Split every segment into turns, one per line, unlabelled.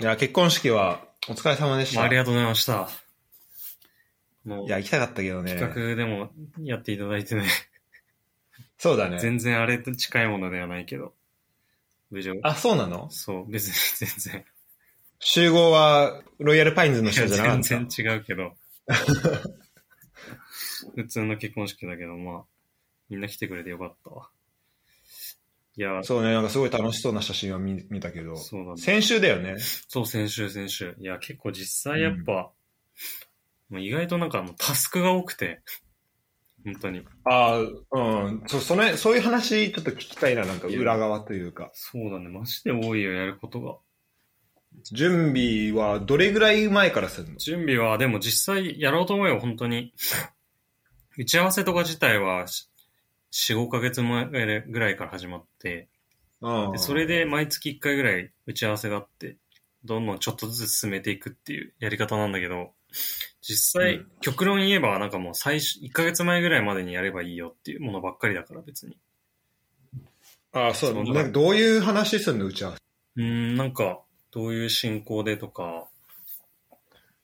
いや、結婚式はお疲れ様でし
まあ、
た。
あり
い
がとうございました。もう、
や、行きたかったけどね。
企画でもやっていただいてね、
そうだね。
全然あれと近いものではないけど、無情。
あ、そうなの
そう、別に全然。
集合はロイヤルパインズの
いや
人じゃなかった。
全然違うけ ど。普通の結婚式だけど、まあ、みんな来てくれてよかったわ。いや、
そうね、なんかすごい楽しそうな写真を見見たけど。
そうなんだ。
先週だよね。
そう、先週、先週。いや、結構実際やっぱ、もう意外となんかもうタスクが多くて、本当に。
ああ、うん。そ、その、そういう話ちょっと聞きたいな、なんか裏側というか。
そうだね、マジで多いよ、やることが。
準備はどれぐらい前からするの
準備は、でも実際やろうと思えば本当に、打ち合わせとか自体は、し4、5ヶ月前ぐらいから始まって、
う
で
ん。
それで毎月1回ぐらい打ち合わせがあって、どんどんちょっとずつ進めていくっていうやり方なんだけど、実際、
うん
極論言えば、なんかもう最初、1ヶ月前ぐらいまでにやればいいよっていうものばっかりだから別に。
ああ、そうだね
そうだ
なんかどういう話するの打ち合わせ。
うーん、なんか、どういう進行でとか、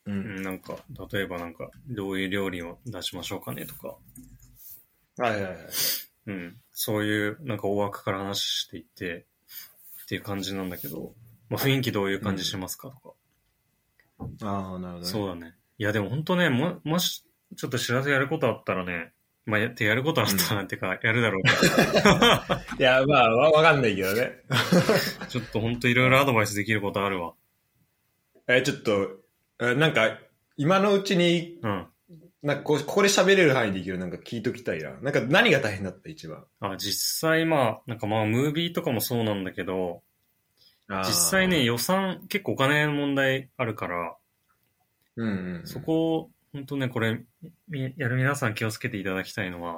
う
う。んなんか、例えばなんか、どういう料理を出しましょうかねとか、
はいはいはい。
うん、そういうなんか大枠から話していって、っていう感じなんだけど、まあ、雰囲気どういう感じしますかとか、
ああ、なるほどね。
そうだね。いや、でも本当ね、も、もし、ちょっと知らせやることあったらね、まあ、やってやることあったら、ってか、やるだろうから。
いや、まあ、わわかんないけどね。
ちょっと本当いろいろアドバイスできることあるわ。
え、ちょっと、えなんか、今のうちに、
うん。
なんかこう、ここで喋れる範囲でいいけど、なんか聞いときたいな。なんか何が大変だった、一番。
あ、実際まあ、なんかまあ、ムービーとかもそうなんだけど、実際ね、、予算、結構お金の問題あるから、
うんうん。
そこを、本当ね、これ、みやる皆さん気をつけていただきたいのは、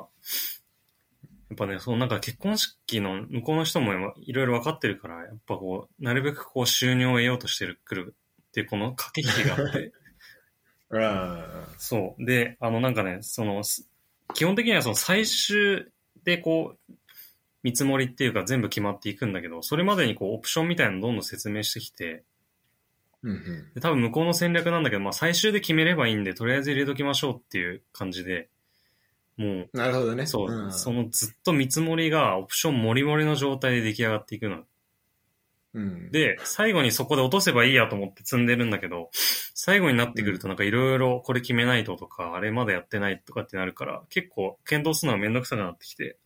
やっぱね、そうなんか結婚式の向こうの人も今いろいろ分かってるから、やっぱこう、なるべくこう収入を得ようとしてる、くるっていうこの駆け引きがあって、
うん。
そう。で、あのなんかね、その、す基本的にはその最終でこう、見積もりっていうか全部決まっていくんだけど、それまでにこうオプションみたいなのどんどん説明してきて、
うんうん。
で多分向こうの戦略なんだけど、まあ最終で決めればいいんで、とりあえず入れときましょうっていう感じで、も
なるほどね。
う、そう、
ん
そのずっと見積もりがオプションもりもりの状態で出来上がっていくの。
うん。
で、最後にそこで落とせばいいやと思って積んでるんだけど、最後になってくるとなんかいろいろこれ決めないととか、あれまだやってないとかってなるから、結構検討するのがめんどくさくなってきて、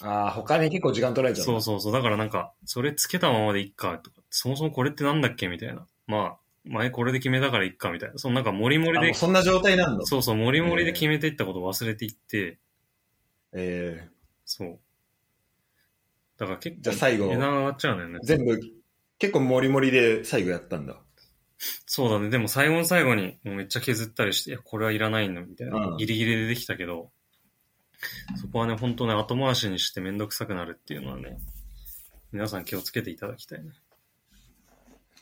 ああ、他に結構時間取られちゃう。
そうそうそう。だからなんか、それつけたままでいっか、とか、そもそもこれってなんだっけみたいな。まあ、前これで決めたからいっか、みたいな。そのなんか、もり
あ
もり
もう
で
そんな状態なんだ。
そうそう、もりもりで決めていったことを忘れていって、
ええ
そう。だから結構、
じゃあ最後
値段上がっちゃうんだよね。
全部、結構モリモリで最後やったんだ。
そうだね。でも最後の最後に、もうめっちゃ削ったりして、いや、これはいらないんだ、みたいな、
うん
ギリギリでできたけど、そこはね、本当ね、後回しにしてめんどくさくなるっていうのはね、皆さん気をつけていただきたいね。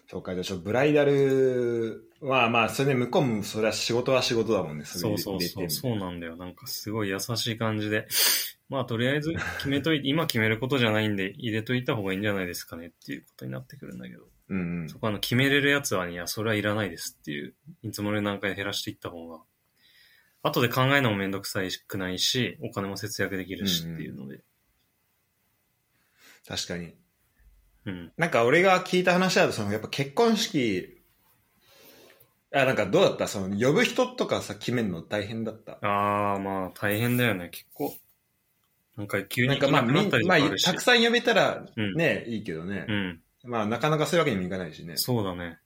そうか、じゃあちょっとブライダルは、まあ、それで向こうも、それは仕事は仕事だもんね。
そうそうそう、そうなんだよ。なんかすごい優しい感じで、まあとりあえず決めといて、今決めることじゃないんで、入れといた方がいいんじゃないですかねっていうことになってくるんだけど。
う。うんうん。
そこはあの決めれるやつは、いや、それはいらないですっていう、見積もりの段階で減らしていった方が、後で考えるのもめんどくさいくないし、お金も節約できるしっていうので。
確かに。
うん、
なんか俺が聞いた話だと、そのやっぱ結婚式、あ、なんかどうだったその呼ぶ人とかさ、決めるの大変だった。
ああ、まあ大変だよね、結構。なんか急
な
に
んかまあ、
い
み
なくなったりと
ま
か
あ
ある、し。
たくさん呼べたら
うん
ね、いいけどね。
うん。
まあ、なかなかそういうわけにもいかないしね。
そうだね。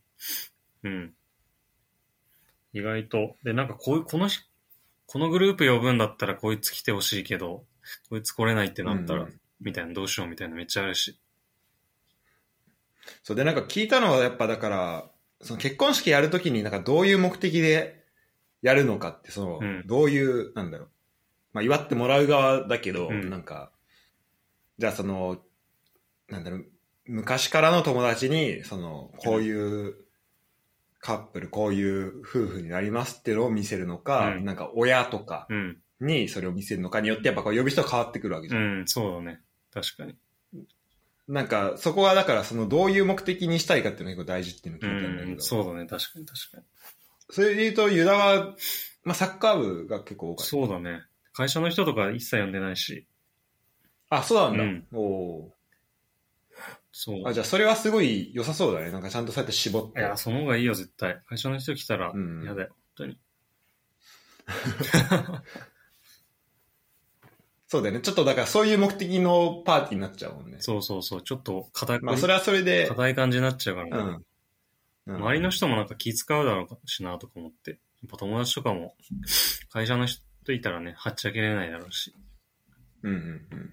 うん。意外と。で、なんかこういう、このひ、このグループ呼ぶんだったらこいつ来てほしいけど、こいつ来れないってなったら、
うん
みたいな、どうしようみたいなめっちゃあるし。
そうで、なんか聞いたのはやっぱだから、その結婚式やるときになんかどういう目的でやるのかって、その、
うん
どういう、なんだろう。まあ、祝ってもらう側だけど、
うん
なんか、じゃあその、なんだろう、昔からの友達に、その、こういうカップル、こういう夫婦になりますっていうのを見せるのか、
うん
なんか親とか
うん。
にそれを見せるのかによって、やっぱこう呼び人変わってくるわけじゃ。
うんん、そうだね。確かに。
なんか、そこはだから、その、どういう目的にしたいかっていうのが結構大事っていうのを
う
聞いたんだけど、
ん、そうだね、確かに確かに。
それで言うと、ユダは、まあ、サッカー部が結構多かった。
そうだね。会社の人とか一切読んでないし。
あ、そうなんだ。
うん
おお
そう。
ー。あ、じゃあ、それはすごい良さそうだね。なんか、ちゃんとそうやって絞っ
い
て。
や、その方がいいよ、絶対。会社の人来たら
う、ん
嫌だよ、本当に。
そうだよね。ちょっと、だから、そういう目的のパーティーになっちゃうもんね。
そうそうそう、ちょっと硬い、
まあ、それはそれで、
硬い感じになっちゃうからね、
うん。うん
周りの人もなんか気使うだろうしなとか思って。やっぱ友達とかも、会社の人いたらね、はっちゃけれないだろうし。
うんうんうん。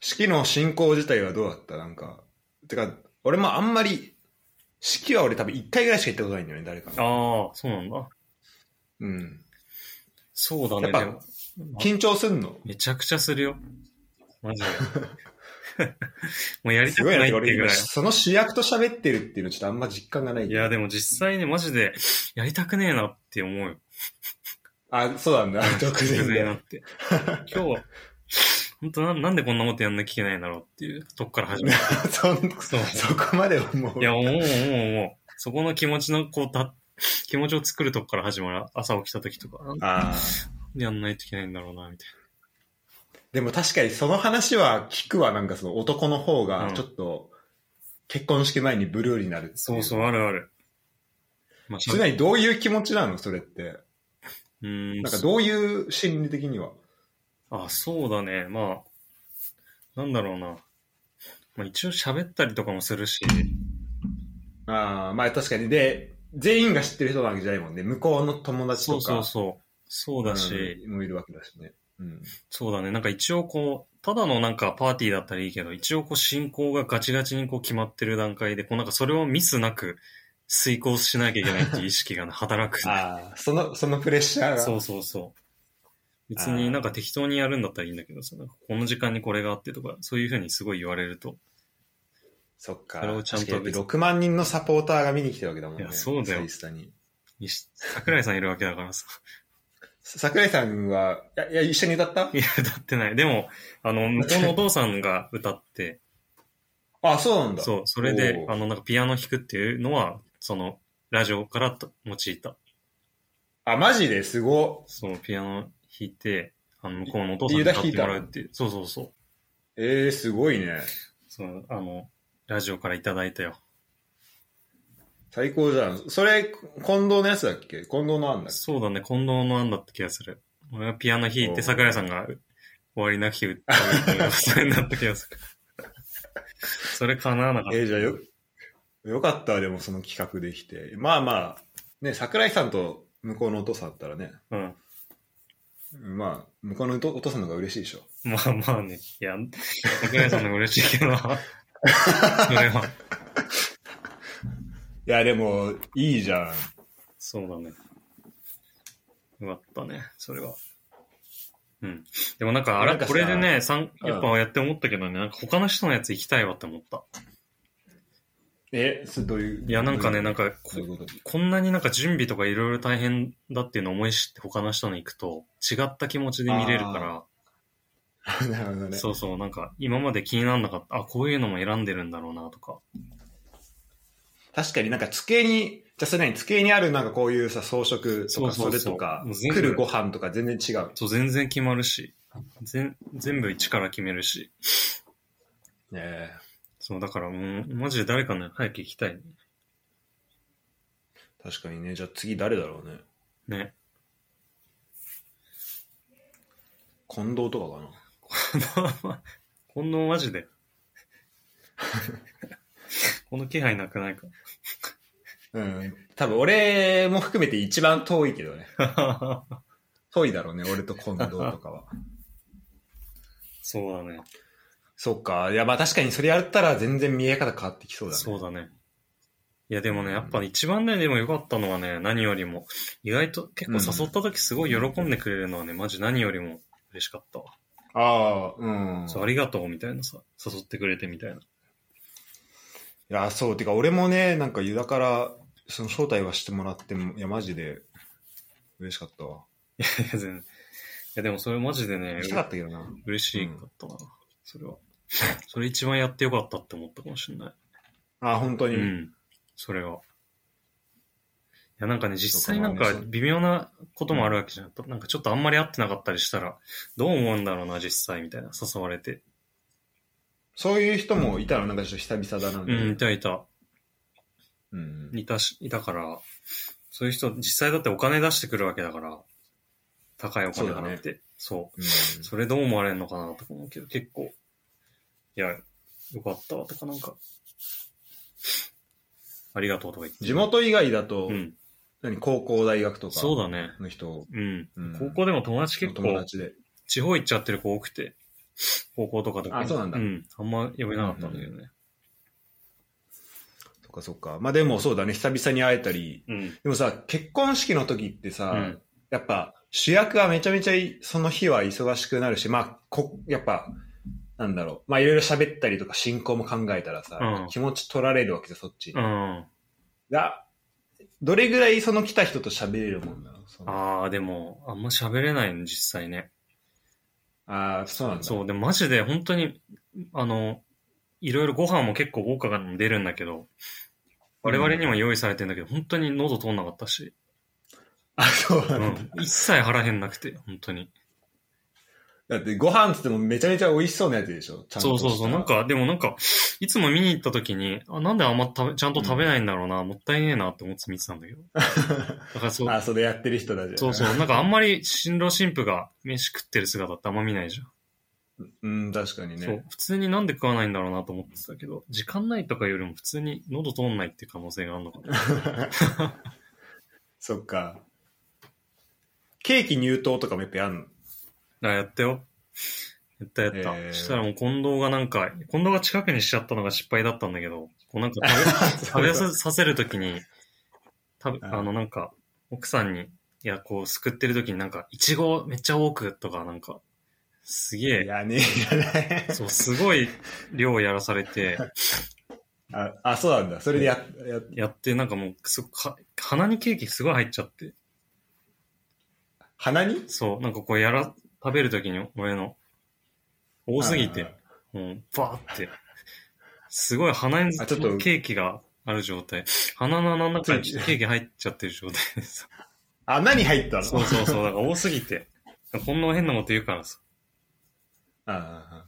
式の進行自体はどうだったなんか。てか、俺もあんまり、式は俺多分一回ぐらいしか行ったことないんだよね、誰かの。
ああ、そうなんだ。
うん。
そうだね、
やっぱ
でも。ま
緊張すんの
めちゃくちゃするよ。マジで。 もうやり
す
たく
ごい
な
ないて
っ
か俺
ていうぐ
今
らい。
その主役と喋ってるっていうのちょっとあんま実感がない。
いや、でも実際ね、マジで、やりたくねえなって思うよ。
あ、そうなんだ。直前
ねえな
で。
って。今日は、本当ななんでこんなことやんなきゃいけないんだろうっていうとこから始めた。
そん
そう。
そこまで思う。
いや、思う思う思う。そこの気持ちの、こう、た、気持ちを作るとこから始まる。朝起きた時とか、なん
ああ。
でやんないといけないんだろうな、みたい
でも確かにその話は聞くわ、なんかその男の方
う
が
ん
ちょっと結婚式前にブルーになるってい
な。そうそう、。あるある。まあ、しゃ
それなりにどういう気持ちなのそれって。
うーん。
なんかどういう心理的には。
あ、そうだね。まあ、なんだろうな。まあ一応喋ったりとかもするし、
ああ、まあ確かに。で、全員が知ってる人なわけじゃないもんね。向こうの友達と
そ
か。
うそうそう。そうだし、
うんもいるわけだしね。 うん。
そうだね。なんか一応こう、ただのなんかパーティーだったらいいけど、一応こう進行がガチガチにこう決まってる段階で、こうなんかそれをミスなく遂行しなきゃいけないっていう意識がね働く。
ああ、その、そのプレッシャーが。
そうそうそう。別
あ
に
ー
なんか適当にやるんだったらいいんだけどさ、なんかこの時間にこれがあってとか、そういうふうにすごい言われると。
そっか。
それをちゃんと
確かに6万人のサポーターが見に来てるわけだもんね。
いやそうだよ
インスタに。
にし桜井さんいるわけだからさ。
桜井さんは、いや、いや一緒に歌った
いや、歌ってない。でも、あの、向こうのお父さんが歌って、
あ、そう なんだ。
そう、それで、
おー
あの、なんかピアノ弾くっていうのは、その、ラジオからと用いた。
あ、マジですごっ。
そう、ピアノ弾いて、あの、向こうのお父さんに歌ってもらうっていう。そうそうそう。
ええー、すごいね。
その、あの、ラジオからいただいたよ。
最高じゃん。それ、近藤のやつだっけ近藤のあんだっけ
そうだね、近藤の案だった気がする。俺はピアノ弾い
お
て、
ー
桜井さんが終わりなき歌うっていう、それになった気 がする。それ叶わなかった。
えーじゃあよ、よかったわでもその企画できて。まあまあ、ね、桜井さんと向こうのお父さんだったらね、
うん。
まあ、向こうのお父お父さんの方が嬉しいでしょ。
まあまあね。いや、桜井さんの方が嬉しいけ どな。それは。
いや、でも、いいじゃん。
そうだね。よかったね、それは。うん。でもなんか、あ
な
れ、
んかさ
これでね、さん
うん
やっぱやって思ったけどね、なんか他の人のやつ行きたいわって思った。
え、それどういう。
いや、なんかね、なん
か、
か
そうい
こ、
うこと
こんなになんか準備とかいろいろ大変だっていうのを思い知って他の人に行くと、違った気持ちで見れるか
なるほど
ら、
ね。
そうそう、なんか、今まで気にならなかった、あ、こういうのも選んでるんだろうな、とか。
確かになんか机に、じゃあそれ何、机にあるなんかこういうさ、装飾と
そう
か、
そうそ
そうれとか
もう、全部
来るご飯とか全然違う。
そう、全然決まるし、全、全部一から決めるし。
ねえ
そう、だからもう、マジで誰かね、早く行きたいね。
確かにね、じゃあ次誰だろうね。
ね。
近藤とかかな。
こんなマジで。この気配なくない
うん。多分俺も含めて一番遠いけどね。
か。
遠いだろうね、俺と近藤とかは。
そうだね。
そっか。いや、まあ確かにそれやったら全然見え方変わってきそうだね。
そうだね。いやでもね、やっぱ一番ね、でも良かったのはね、何よりも、意外と結構誘った時すごい喜んでくれるのはね、マジ何よりも嬉しかったわ。
ああ、うん。
そう、ありがとうみたいなさ、誘ってくれてみたいな。
いや、そう。てか俺もね、なんかユダから、その招待はしてもらっても、いや、マジで、嬉しかったわ。
いや全然いやでもそれマジでね
嬉し、かったけどな。
嬉しかったな、それは。それ一番やってよかったって思ったかもしれない。
あ、本当に。
うん。それは。いや、なんかね、実際なんか
そうかまあね
微妙なこともあるわけじゃん。なんかちょっとあんまり合ってなかったりしたら、どう思うんだろうな、実際みたいな、誘われて。
そういう人もいたの、なんかちょっと久々だなみたいな。
うん、いたいた。
うん
いたし、いたから、そういう人、実際だってお金出してくるわけだから、高いお金払って。そ
う
う,、
ん
それどう思われるのかなとか思うけど、結構、いや、よかったわとか、なんか、ありがとうとか言って。
地元以外だと、
うん。
何高校、大学とか
そうだね。
の人、
うん。
うん
高校でも友達
の
結
友
構、
達で。
地方行っちゃってる子多くて、高校とかとか。
あそうなんだ
うん。あんま呼べなかったんだよね。
そっかそっか。まあでもそうだね、久々に会えたり。
うん。
でもさ、結婚式の時ってさ、
うん
やっぱ主役はめちゃめちゃいその日は忙しくなるし、まあ、こやっぱ、なんだろう。まあいろいろ喋ったりとか進行も考えたらさ、
うん
気持ち取られるわけじゃん、そっちに。
うん。
が、どれぐらいその来た人と喋れるもんなのその
ああ、でも、あんま喋れないの、実際ね。
あー、そうなんだ。
そう、でもマジで本当に、あの、いろいろご飯も結構豪華なの出るんだけど、我々にも用意されてんだけど、本当に喉通んなかったし、
あ、そう
う
なんだ。
ん、一切腹減んなくて、本当に。
だってご飯つってもめちゃめちゃ美味しそうなやつでしょちゃん
そ
と
う
した
そうそう、なん、か、でもなんか、いつも見に行った時に、あ、なんであんま食べちゃんと食べないんだろうな、もったいねえなって思って見てたんだけど。 だからそう、
あ、それやってる人だじゃん。
そうそう、なんかあんまり新郎新婦が飯食ってる姿ってあんま見ないじゃん。
うん、確かにね。
そう、普通になんで食わないんだろうなと思ってたけど、時間ないとかよりも普通に喉通んないって可能性がある のかな。
そっか。ケーキ入刀とかもやっぱやんの
あ、やったよ。やったやった。
えー
したらもう近藤がなんか、近藤が近くにしちゃったのが失敗だったんだけど、こうなんか 食べ、食べささせるときに、食べ、
うん
あのなんか、奥さんに、いや、こう、すくってるときになんか、いちごめっちゃ多くとか、なんか、すげ
い
え、
やね、いやね。
そう、すごい量やらされて、
あ、あそうなんだ。それでや、や、
やって、なんかもう、すごくか、鼻にケーキすごい入っちゃって、
鼻に
そう、なんかこう、やら、食べるときに、俺の、多すぎて、もう、バーって。すごい鼻にず
あ
っ
ちょ
と
っと
ケーキがある状態。鼻の穴の中に
つい
ケーキ入っちゃってる状態でさ。
あ。穴に入ったの
そうそうそう。だから多すぎて。こんな変なこと言うからさ。
ああ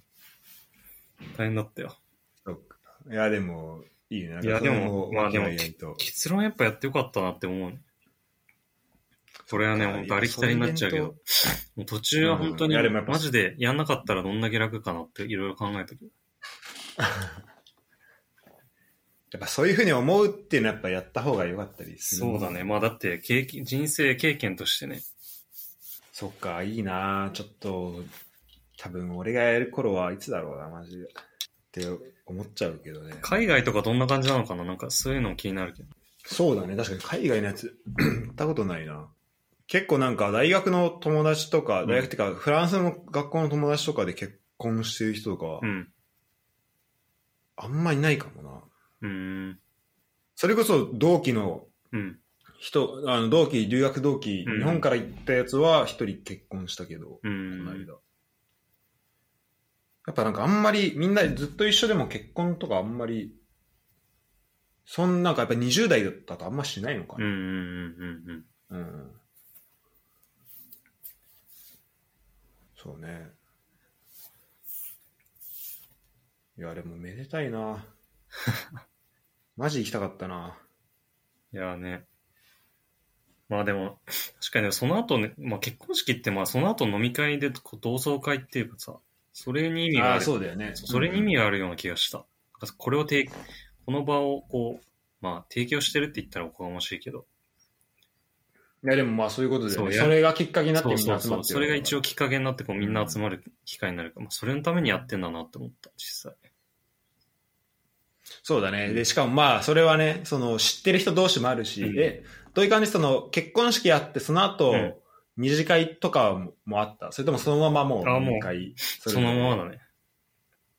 大変だったよ。
あ、そっか。いや、でも、いいね。なん
い
か
や、
そ
で
れ
も、まあでも
いない、と
結論やっぱやってよかったなって思うね。それはね、
そっか
ほんとありきたりになっちゃうけ
いや
ど。もう途中は本当
うんい
に
やでもやっ、ぱ
マジでやんなかったらどんだけ楽かなっていろいろ考えたけど。
やっぱそういうふうに思うっていうのはやっぱやった方が良かったりする
そうだね。。まあだって、経験、人生経験としてね。
そっか、いいなちょっと、多分俺がやる頃はいつだろうな、マジで。って思っちゃうけどね。
海外とかどんな感じなのかななんかそういうのも気になるけど。
そうだね。確かに海外のやつ、 行ったことないな。結構なんか大学の友達とか、
うん
大学っていうかフランスの学校の友達とかで結婚してる人とかは
う、ん。
あんまいないかもな。
うーん。
それこそ同期の
うん。
人、あの同期、留学同期、
うん
日本から行ったやつは一人結婚したけど、
う
この
ん。
間。やっぱなんかあんまりみんなずっと一緒でも結婚とかあんまり、そんなんかやっぱ20代だったとあんましないのか
うん。うん。う
な。
ん。
うんそうね。いや、でもめでたい な。マジ行きたかったな。
いやーね。まあでも、確かにその後ね、まあ結婚式ってまあその後飲み会でこう同窓会っていうかさ、それに意味がある。
うだよね
そうそれに意味があるような気がした。なんかこれを提、この場をこう、まあ提供してるって言ったらおこがましいけど、
いや、でもまあそういうことだよね。
そう
それがきっかけになってみ
そうんそ
な
う
集ま
そ
っ
う、
て
そ
る
れが
わけだから
一応きっかけになってこうみんな集まる機会になるから、まあそれのためにやってんだなって思った、実際。
そうだね。で、しかもまあ、それはね、その、知ってる人同士もあるし、
うん
で、どういう感じで、その、結婚式やって、その後、
うん
二次会とかももあったそれともそのままもう、
あもう
二次会そ
そのまま
だ。
だね。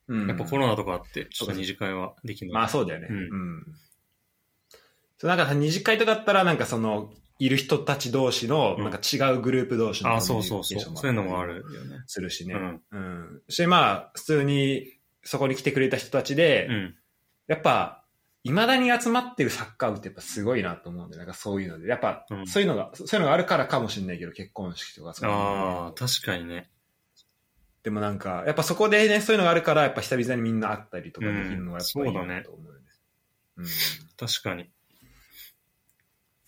うん。
やっぱコロナとかあって、ちょっと二次会はできない。
まあそうだよね。う
うんん。
そうなんかさ二次会とかだったら、なんかその、いる人たち同士の、
うん
なんか違うグループ同士の
あ
コ
あ、
ミュ
そう
ニケ
そ
ー
う
シ
そ
ョンもあったり
う。そういうのもあるよね。
するし
う
ね。
ん。
うん。し、まあ、普通に、そこに来てくれた人たちで、
うん。
やっぱ、いまだに集まってるサッカー部ってやっぱすごいなと思うんで、なんかそういうので。やっぱ
う、ん
そういうのが、そういうのがあるからかもしれないけど、結婚式とかそういうの
ああ、確かにね。
でもなんか、やっぱそこでね、そういうのがあるから、やっぱ久々にみんな会ったりとかできるのがやっぱいい
うんそうだ
な
ね
と思うんです。うん。
確かに。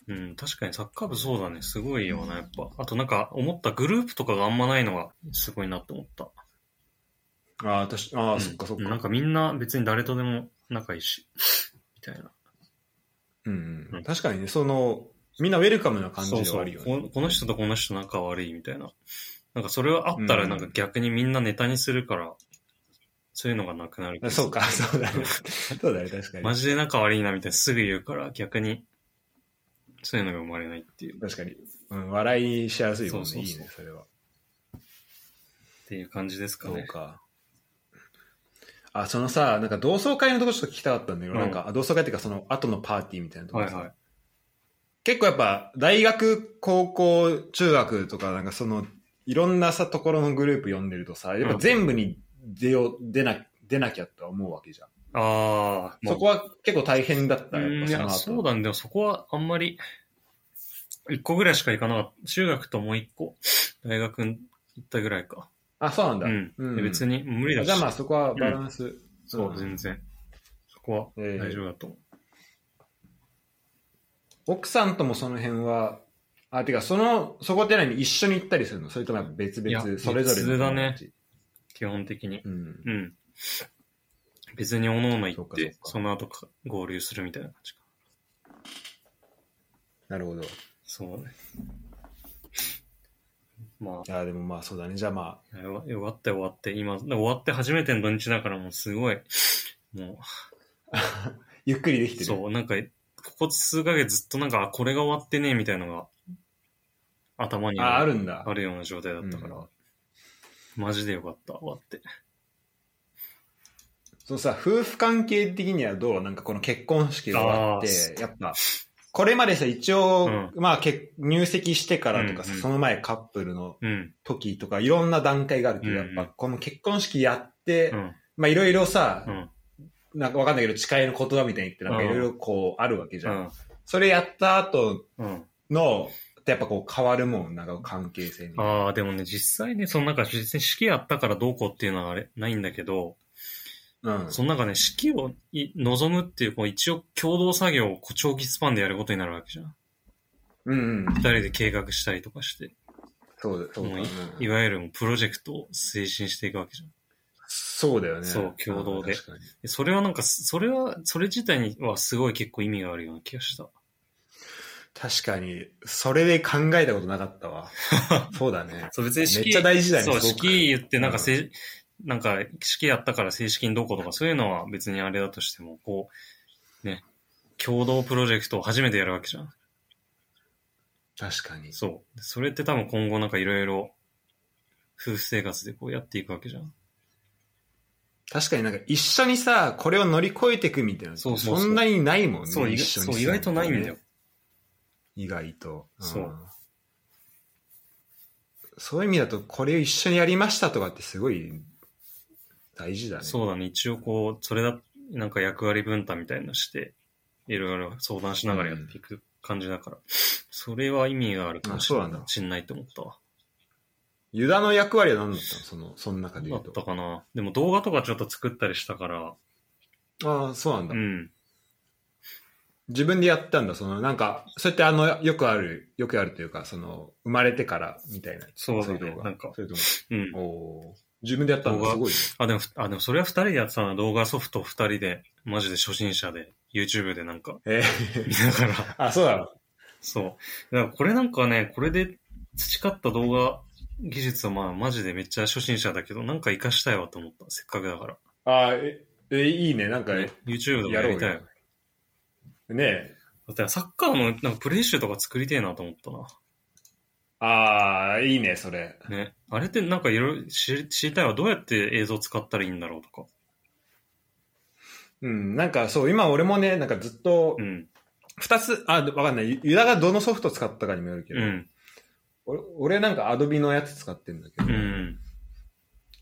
うん、確かにサッカー部そうだね。すごいよな、やっぱ。あとなんか、思ったグループとかがあんまないのが、すごいなって思った。
ああ、確か、ああ、
うん
そっかそっ
なん
か。
かみんな別に誰とでも仲いいし、みたいな。
うん、う。
うんん
確かにね、その、みんなウェルカムな感じ
そう
で
そ
はあ
う
るよね。
こ。この人とこの人仲悪いみたいな。なんかそれはあった
う
ら
ん
なんか逆にみんなネタにするから、そういうのがなくなる。
そうか、そうだ ね。そうだね、確かに
マ。ジで仲悪いなみたいなすぐ言うから逆に、そういうのが生まれないっていう、っ
確かに。うん、笑いにしやすいもんね。
そうそう
い
そう
いね、それは。
ていう感じですか
そう
ね。
か。あ、そのさ、なんか同窓会のとこちょっと聞きたかったんだけど、
うん
なんか、あ同窓会っていうかその後のパーティーみたいなとこ
はい
ろ、
はい。
結構やっぱ、大学、高校、中学とか、なんかその、いろんなさ、ところのグループ読んでるとさ、やっぱ全部に出よう、出な、出なきゃとは思うわけじゃん。
ああ、まあ
そこは結構大変だった、
う
や
ん
っ
いや
ぱそ
そ
の
う
後。
だね。でもそこはあんまり、一個ぐらいしか行かなかった。中学ともう一個、大学行ったぐらいか。
あ、そうなんだ。
うん。で別
に。
に無理だし。
じゃあまあそこはバランス。
そう、
ん
全然。そこは
ええ
大丈夫だと思う。
奥さんともその辺は、あ、てか、その、そこって何一緒に行ったりするのそれともやっぱ別
いや
々、それぞれの
別だね
友達。
基本的に。
うん。
うん。別におのおの行っ
そうか
て
そ、うか
その後か合流するみたいな感じか。
なるほど。い
そうね。ま
や、でもまあそうだね。じゃあま
あ、よ終わって終わって、今、終わって初めての土日だからもうすごい、も
あ、 ゆっくりできて
う、
る。
そう、なんか、ここ数ヶ月ずっとなんか、あ、これが終わってねえみたいなのが、頭に
あ、あ
ある
るんだ。
ような状態だったから、
うん
マジでよかった、終わって。
そのさ、夫婦関係的にはどうなんかこの結婚式が終わっ
あー
て、やっぱ、これまでさ、一応、
う
まあ結、入籍してからとかさ、
うんうん
その前カップルの
うん、
時とか、いろんな段階があるけど、
うん
やっ
うん
ぱ、この結婚式やって、
うん、
まあいろいろさ、
うん、
なんかわかんないけど、誓いの言葉みたいに言って、なんかいろいろこう、あるわけじ
う
ゃん。
ん、
それやった後
うん。
の、ってやっぱこう変わるもん、なんか関係性に。
ああ、でもね、実際ね、そのなんか別に式やったからどうこうっていうのはあれ、ないんだけど、
うん。
その中ね、式をい望むっていう、こう一応共同作業をこう長期スパンでやることになるわけじゃん。
うんうん。
二人で計画したりとかして、
そうだ、そうだ。う
もう
ん
いわゆるもうプロジェクトを推進していくわけじゃん。
そうだよね。
そう共同で
うん確かに
でそれはなんか、それは、それ自体にはすごい結構意味があるような気がした。
確かに、それで考えたことなかった わ。そうだね。
そう、別に式、
めっちゃ大事だね
そう、
すごく
式言って、なんかせい、なんか、式やったから正式にどうこうとか、そういうのは別にあれだとしても、こう、ね、共同プロジェクトを初めてやるわけじゃん。
確かに。
そう。それって多分今後なんかいろいろ、夫婦生活でこうやっていくわけじゃん。
確かになんか一緒にさ、これを乗り越えていくみたいな。
そうそうそうん
なにないもんね。
そう、意
一
外
緒に
そう意外とないんだよ。。
意外と。ん
そう。
そういう意味だと、これを一緒にやりましたとかってすごい大事だね。
そうだね。一応こう、それだ、なんか役割分担みたいなのして、いろいろ相談しながらやっていく感じだから、それは意味があるかもしれ
あそうなん
な
だ
いしんないと思ったわ。
ユダの役割は何だったのその、その中で
だ
言
っ
うと
た。かな。でも動画とかちょっと作ったりしたから、
ああ、そうなんだ。
うん。
自分でやったんだ。その、なんか、そうやってあの、よくある、よくあるというか、その、生まれてからみたいな。
そうだ
い
ね
動。画
なんか、
それとも、
うん。
おー自分でやったんだ。すごいね。
あ、でもふ、あ、でもそれは二人でやってたな。動画ソフト二人で、マジで初心者で、YouTube でなんか、
え
見
ー
ながら、
あ、そうだ
そう。だからこれなんかね、これで培った動画技術はまあマジでめっちゃ初心者だけど、なんか活かしたいわと思った。せっかくだから。
あーえ、え、いいね。なんか、
ね YouTube とか
や
や
ろう
り
よ。
たい。
ね
だ
え。
ってサッカーのなんかプレイ集とか作りてえなと思った
ああ、いいね、それ。
な。ね。あれってなんかいろいろ知り知りたいわ。どうやって映像使ったらいいんだろうとか。
うん、なんかそう、今俺もね、なんかずっと
う、ん。
二つ、あ、わかんない。ユユダがどのソフト使ったかにもよるけ
う
ど、
ん。
俺俺なんかアドビのやつ使ってんだけ
う
ど、
ん。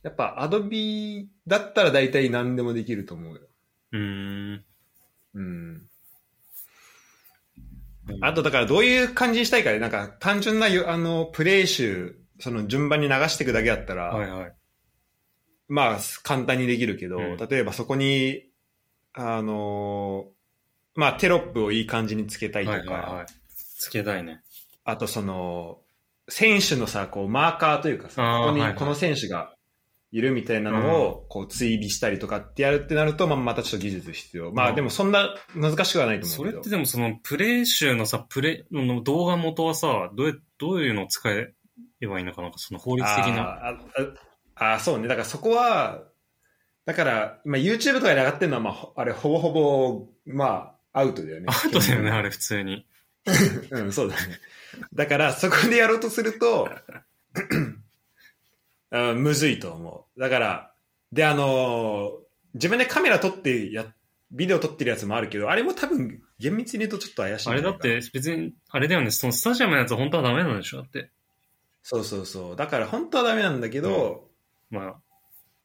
やっぱ Adobe だったら大体何でもできると思うよ。
うーん。
うん。あとだからどういう感じにしたいかで、なんか単純なよあのプレイ集、その順番に流していくだけだったら、
はいはい。
まあ簡単にできるけど、
うん
例えばそこに、あのーまあテロップをいい感じにつけた
はいい
とか、
はいはい。つけたいね。
あとその、選手のさ、こうマーカーというかさ、
あー
ここ
はいは
に
い
この選手がいるみたいなのを、こう追尾したりとかってやるってなると、まあまたちょっと技術必要。ま
う
あ
ん
でもそんな難しくはないと
そ
思う
れ
け
っ
ど。
てでもそのプレイ集のさ、プレイの動画元はさ、どうやどういうのを使えばいいのかなんかその法律的な。
あーあああーそうね。だからそこは、だから、今 YouTube とかで上がってるのは、まあほ、あれ、ほぼほぼ、まあ、アウトだよね。
アウトだよね、あれ普通に。
うん、そうだね。だから、そこでやろうとすると、あむずいと思う。だから、で、あのー自分でカメラ撮ってや、ビデオ撮ってるやつもあるけど、あれも多分、厳密に言うとちょっと怪しいん
あ
じ
れ
ゃない
だっ
かな
て別に、あれだよね、そのスタジアムのやつは本当はダメなんでしょだって。
そうそうそう。だから、本当はダメなんだけど、
まあ、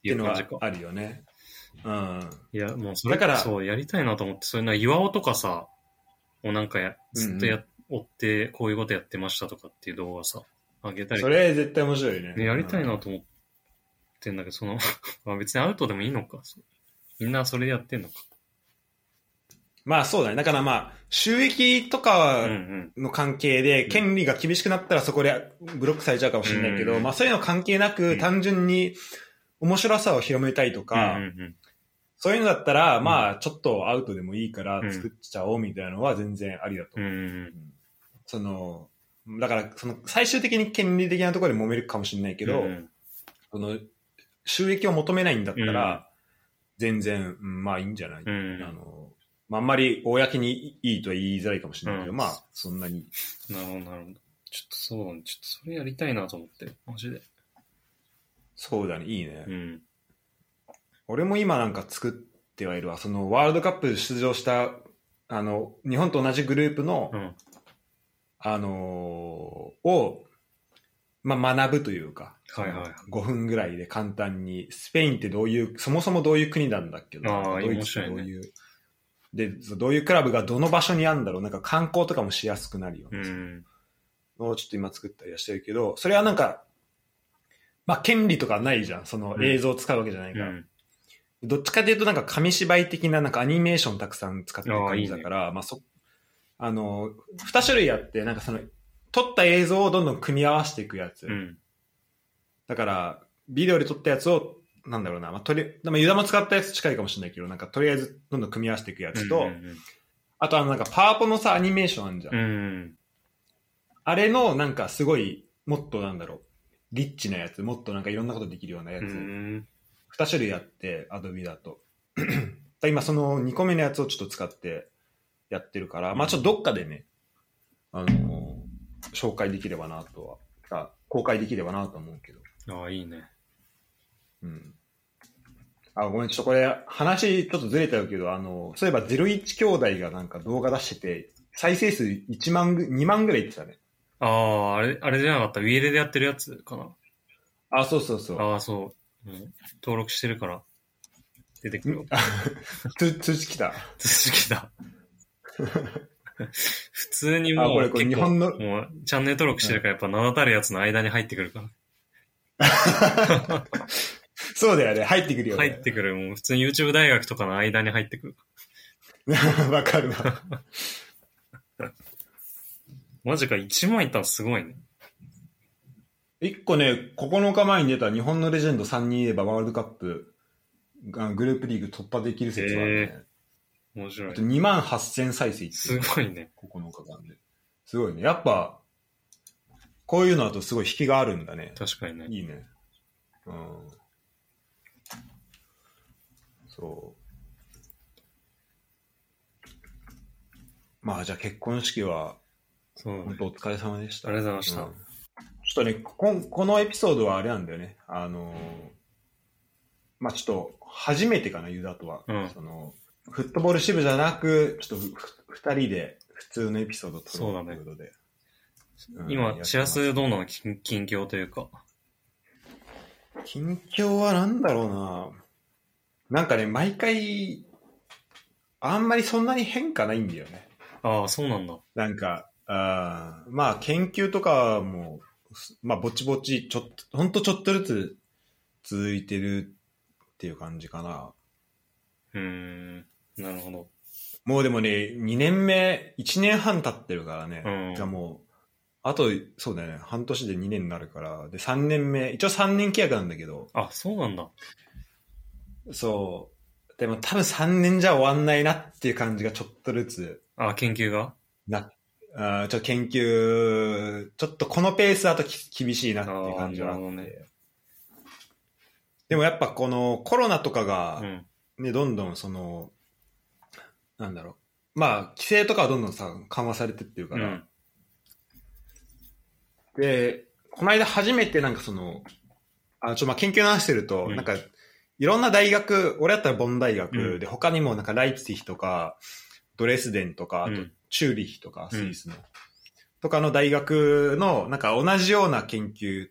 っ
って
てい
いうの
う感
は
じか。
あるよね。うん。
いや、もうそれ
だから
そう、やりたいなと思って、それな、岩尾とかさ、をなんかや、ずっとや、追って、こういうことやってましたとかっていう動画さ、あげたり
それ絶対面白いね。
ねやりたいなと思ってんだけど、その、 まあ別にアウトでもいいのか。そうみんなそれでやってんのか。
まあそうだね。だからまあ、収益と
うんう
か
ん。
の関係で、
ん
権利が厳しくなったらそこでブロックされちゃうかもしれないけど、
うん
まあそういうの関係な
う
く
ん、
単純に面白さを広めたいとか、
うんうんうん
そういうのだったら、
ん
まあちょっとアウトでもいいから
うん
作っちゃおうみたいなのは全然ありだと
うん
思う。
うん
その、だから、その最終的に権利的なところで揉めるかもしれないけど、
うん
その収益を求めないんだったら、全然、うんまあいいんじゃない
うん
あの、まあ、あんまり公にいいとは言いづらいかもしれないけど、
うん
まあ、そんなに。
なるほど、なるほど。ちょっとそうだね。ちょっとそれやりたいなと思って、マジで。
そうだね、いいね。
うん。
俺も今なんか作ってはいるわ。その、ワールドカップ出場した、あの、日本と同じグループの、
うん。
あのーを、まあ、学ぶというか、
はいはい
5分ぐらいで簡単に、スペインってどういう、そもそもどういう国なんだっけど、
あー
ドイツってど
面白
う
いね
いう、で、そうどういうクラブがどの場所にあるんだろう、なんか観光とかもしやすくなるよ
う
ね。
ん。
をちょっと今作ったりはしてるけど、それはなんか、まあ、権利とかないじゃん。その
うん
映像を使うわけじゃないうから。
ん。
どっちかというとなんか紙芝居的ななんかアニメーションたくさん使ってる感じだから、まあそ、あの、二種類あって、なんかその、撮った映像をどんどん組み合わせていくやつ。
うん。
だから、ビデオで撮ったやつを、なんだろうな、まあ、とり、でもユダも使ったやつ近いかもしれないけど、なんかとりあえずどんどん組み合わせていくやつと、
うん
あとあのなんかパワポのさ、アニメーションあるじゃん
うん。うん。
あれのなんかすごい、もっとなんだろう、リッチなやつ、もっとなんかいろんなことできるようなや
う
つ、二
ん。
2種類あって、アドビだと。 だ今その2個目のやつをちょっと使ってやってるから、まあちょっとどっかでね、あのー紹介できればなとは、あ公開できればなと思うけど。
ああ、いいね。
うん。あ、ごめん、ちょっとこれ、話ちょっとずれちゃうけど、あの、そういえば01兄弟がなんか動画出してて、再生数1万ぐ、2万ぐらいいってたね。
ああ、あれ、あれじゃなかった。ウィーレでやってるやつかな。
あ、そうそうそう。
ああ、そう、うん。登録してるから、出てくるよ
ん。通通知来た。
続き だ。普通に
あ
も
こ
う、
れこれ日
結構
本
も
の
う、チャンネル登録してるから、やっぱ名だたるやつの間に入ってくるか
そうだよね。入ってくる
ら。
よ
入
ね。
ってくる。もう、普通に YouTube 大学とかの間に入ってくる。
わかるわ。
マジか、1万いったのすごいね。
一個ね、9日前に出た日本のレジェンド3人いればワールドカップ、あグループリーグ突破できる説はあるね。
面白
あ
い
と。2万8000再生いって
す
る
ごいね。
9日間で。すごいね。やっぱ、こういうのだとすごい引きがあるんだね。
確かにね。
いいね。うん。そう。まあじゃあ結婚式は
そうだね。
本当お疲れ様でし
あ
た。
りがとうございま
うん
した。
ちょっとねこん、このエピソードはあれなんだよね。あのーまあちょっと、初めてかな、ユダとは。
うん
その、フットボール支部じゃなく、ちょっとふ、ふ二人で普通のエピソードを撮ろ
そう
うと
だ
い
ね
うことで。
今、シラスどうなの近近況というか。
近況はなんだろうな。なんかね、毎回、あんまりそんなに変化ないんだよね。
ああ、そうなんだ。
なんか、あーまあ研究とかも、すまあぼちぼち、ちょっと、ほんとちょっとずつ続いてるっていう感じかな。
うーん。なるほど。
もうでもね、2年目、1年半経ってるからね。
うん
じゃあもう、あと、そうだよね、半年で2年になるから、で3年目、一応3年契約なんだけど、
あ、そうなんだ。
そう。でも多分3年じゃ終わんないなっていう感じがちょっとずつ、
あ、研究が
な、あーちょっと研究、ちょっとこのペースだとき厳しいなっていう感じはあっ
あー
て。
なるほ
でもやっぱこのコロナとかが
う、ん。
ね、どんどんその、なんだろう。まあ、規制とかはどんどんさ、緩和されてってるか
う
ら。
ん。
で、この間初めてなんかその、あ、ちょ、まあ、研究の話してると、
うん
なんか、いろんな大学、俺だったらボン大
う
学
ん
で、他にもなんかライプツィヒとか、ドレスデンとか、あ
う
と
ん
チューリヒとか、
うん
スイスの、とかの大学の、なんか同じような研究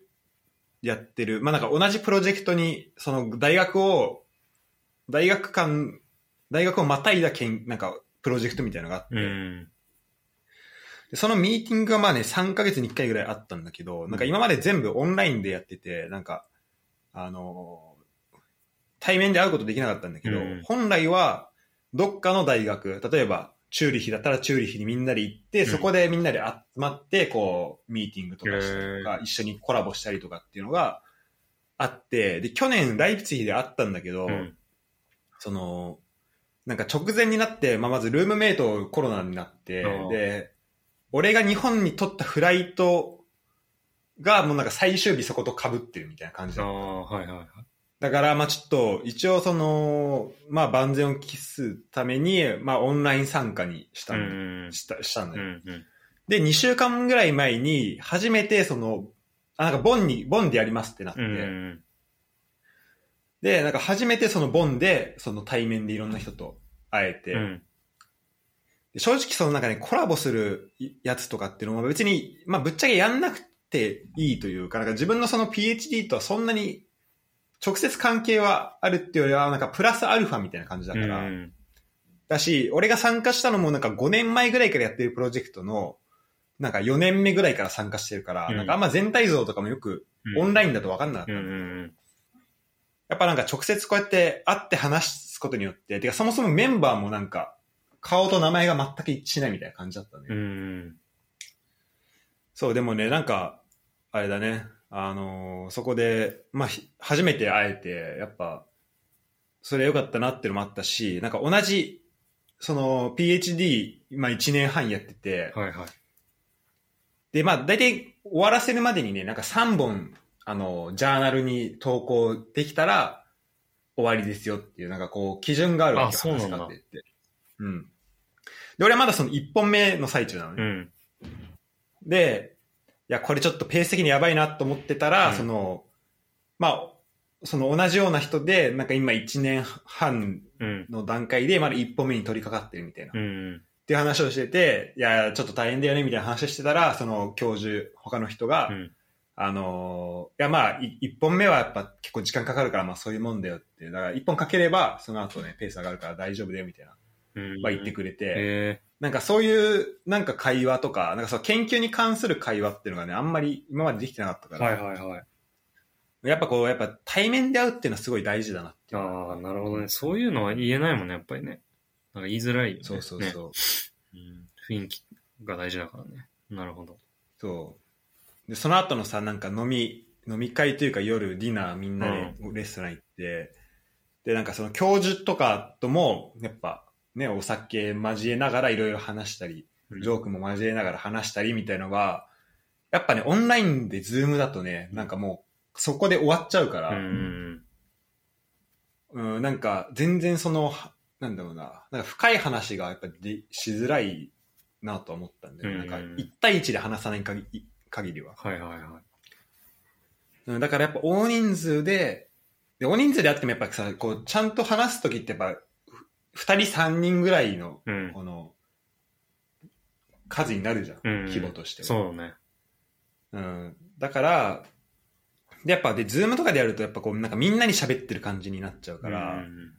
やってる、まあ、なんか同じプロジェクトに、その大学を、大学間、大学をまたいだ研、なんか、プロジェクトみたいなのがあって、
うん。
で、そのミーティングがまあね、3ヶ月に1回ぐらいあったんだけど、なんか今まで全部オンラインでやってて、なんか、あのー対面で会うことできなかったんだけど、
うん
本来は、どっかの大学、例えば、チューリヒだったらチューリヒにみんなで行って、
うん
そこでみんなで集まって、こう、ミーティングとかしたりと
へ
か、一緒にコラボしたりとかっていうのがあって、で、去年、ライプツィヒで会ったんだけど、
うん。
その、なんか直前になって、まあ、まずルームメイトコロナになって
ああ、
で、俺が日本に取ったフライトがもうなんか最終日そこと被ってるみたいな感じ
あ
だ。
あ、はいはいはい。
だから、まあちょっと、一応その、まあ万全を期すために、まあオンライン参加にした
うん
だ、
ん。
した、したん
う
だよ。
ん。うん。
で、2週間ぐらい前に、初めてその、あ、なんかボンに、ボンでやりますってなって、
うん。
で、なんか初めてそのボンで、その対面でいろんな人と会えて、
うん。
で正直その中にコラボするやつとかっていうのも別に、まあぶっちゃけやんなくていいというか、なんか自分のその PhD とはそんなに直接関係はあるっていうよりは、なんかプラスアルファみたいな感じだから、
うん
だし、俺が参加したのもなんか5年前ぐらいからやってるプロジェクトの、なんか4年目ぐらいから参加してるから、
うん
なんかあんま全体像とかもよくオンラインだとわかんなかった
うんん
だ
う
よね
ん
やっぱなんか直接こうやって会って話すことによって、てかそもそもメンバーもなんか顔と名前が全く一致しないみたいな感じだったね。
うん。うん。
そう、でもね、なんか、あれだね、あのーそこで、まあ、ひ初めて会えて、やっぱ、それ良かったなってのもあったし、なんか同じ、その、PhD、まあ1年半やってて、
はいはい。
で、まあ、大体終わらせるまでにね、なんか3本、あの、ジャーナルに投稿できたら終わりですよっていう、なんかこう、基準があるわけ
あそうなんだ
話し方って言って。うん。で、俺はまだその1本目の最中なのね。
うん。
で、いや、これちょっとペース的にやばいなと思ってたら、
うん
その、まあ、その同じような人で、なんか今1年半
うん。
の段階で、まだ一歩目に取り掛かってるみたいな、
う
っ
ん。
ていう話をしてて、いや、ちょっと大変だよね、みたいな話してたら、その教授、他の人が、
うん
あのーいや、まあ、い一本目はやっぱ結構時間かかるから、まあそういうもんだよっていう、だから一本かければ、その後ね、ペース上がるから大丈夫だよ、みたいな、
うん。
は言ってくれて、
へ
なんかそういうなんか会話とか、なんかその研究に関する会話っていうのがね、あんまり今までできてなかった
え。
から、
はいはいはい。
やっぱこう、やっぱ対面で会うっていうのはすごい大事だなっていう。
ああ、なるほどね。そういうのは言えないもんね、やっぱりね。なんか言いづらいよね。
そうそう
ね
そう。
うん雰囲気が大事だからね。なるほど。
そう。で、その後のさ、なんか飲み、飲み会というか夜ディナーみんなでレストラン行って、で、なんかその教授とかとも、やっぱね、お酒交えながらいろいろ話したり、
うん
ジョークも交えながら話したりみたいのは、やっぱね、オンラインでズームだとね、なんかもう、そこで終わっちゃうから、
うん。
うん、なんか全然その、はなんだろうな、なんか深い話がやっぱりしづらいなとは思ったんで、
うん
なんか1対1で話さない限り限りは。
はいはいはい。
うん、だからやっぱ大人数で、で、大人数であってもやっぱさ、こう、ちゃんと話すときってやっぱ、ふ二人三人ぐらいの、
うん。
この、数になるじゃん。
うん
規模としては。
そうね。
うん。だから、で、やっぱ、で、ズームとかでやると、やっぱこう、なんかみんなに喋ってる感じになっちゃうか
う
ら、
ん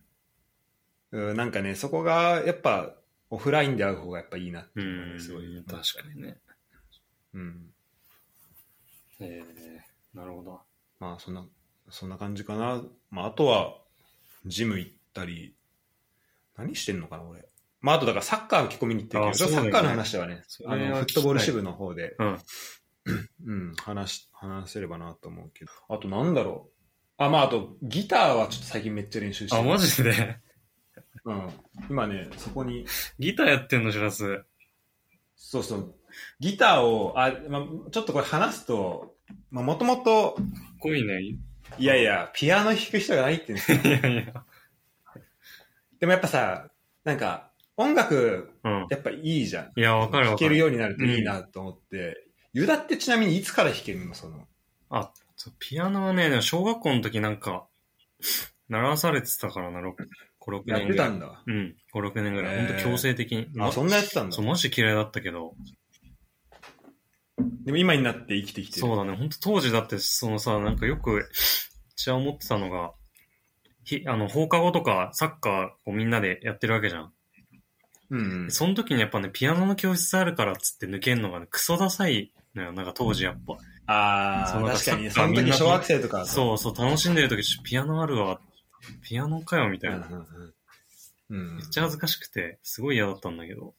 うん、なんかね、そこが、やっぱ、オフラインで会う方がやっぱいいなって
う
いうのがね
ん、
すごい思った。
確かにね。
うん。
えー、なるほど。
まあ、そんな、そんな感じかな。まあ、あとは、ジム行ったり、何してんのかな、俺。まあ、あとだからサッカー結構見に行ってる
あ
けど、
そうだ
サ
よ
ッ
ね
カーの話はね、
それ
あ
は
の、フ
聞
ッ
き
ト
たい
ボール支部の方で、
うん。
うん、話し、話せればなと思うけど。あとなんだろう。あ、まあ、あと、ギターはちょっと最近めっちゃ練習して
あ、
る
マジで
うん。今ね、そこに、
ギターやってんの、しらす。
そうそう、ギターを、あ、まあ、ちょっとこれ話すと、まあ、もともと、
かっこいいね。い
いやいや、ピアノ弾く人がないって言うんですよ。
やいや。
でもやっぱさ、なんか、音楽、
うん。
やっぱいいじゃん。
いや、わかるわ
弾
か
ける
る。
ようになるといいなと思って、ユダってちなみにいつから弾けるのその。
あ、そうピアノはね、でも小学校の時なんか、習わされてたからな、6、5、6年ぐ
や
らい。
ってたんだ。
うん、5、6年ぐらい。
へー
ほんと強制的に。
あ、そんなやってたんだ
そう、。マジ嫌いだったけど。
でも今になって生きてきてる。
そうだね、ほんと当時だって、そのさ、なんかよく、ちは思ってたのが、ひ、あの、放課後とかサッカーをみんなでやってるわけじゃん。
うんうん。
その時にやっぱね、ピアノの教室あるからっつって抜けんのがね、クソダサいのよ。なんか当時やっぱ。
あ
そ
あ、
うなんか
確かにね、
サ
そ
ッカー
の
みん
時
な
小学生とか。
そうそう、楽しんでる時、ちょピアノあるわ。ピアノかよ、みた
うん
いうな。
ん
めっ
うん。うん。
ちゃ恥ずかしくて、すごい嫌だったんだけど。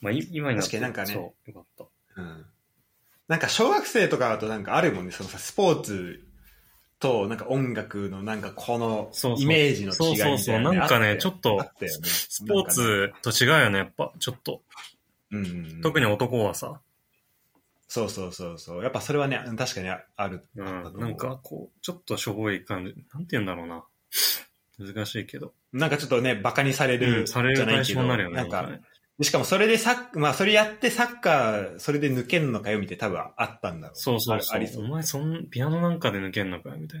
まあ、い今になっ
確
て。
かになんかね
そう、よかった。
うんなんか小学生とかだとなんかあるもんね、そのさ、スポーツとなんか音楽のなんかこの
そうそう
イメージの違いみたいな、ね。
そうそうそうなんかね
あったよ
ちょっと
あったよね、
スポーツと違うよね、やっぱ、ちょっと。
なんかね、うんうん、
特に男はさ、
そうそうそうそう。やっぱそれはね、確かにあある。
うん、
あったと思う
なんかこう、ちょっとしょぼい感じ。なんて言うんだろうな。難しいけど。
なんかちょっとね、バカにされ
う
る
ん、
じ
さ
ゃ
れる
ない
対
け
象
ど、
になるよね。
なん
な
か
ん、かね
しかもそれでサッまあそれやってサッカー、それで抜けんのかよみたいな多分あったんだろう。
そうそう
あ
そ
あり
う。
そ
お
う。
前、そん、ピアノなんかで抜けんのかよ、みたい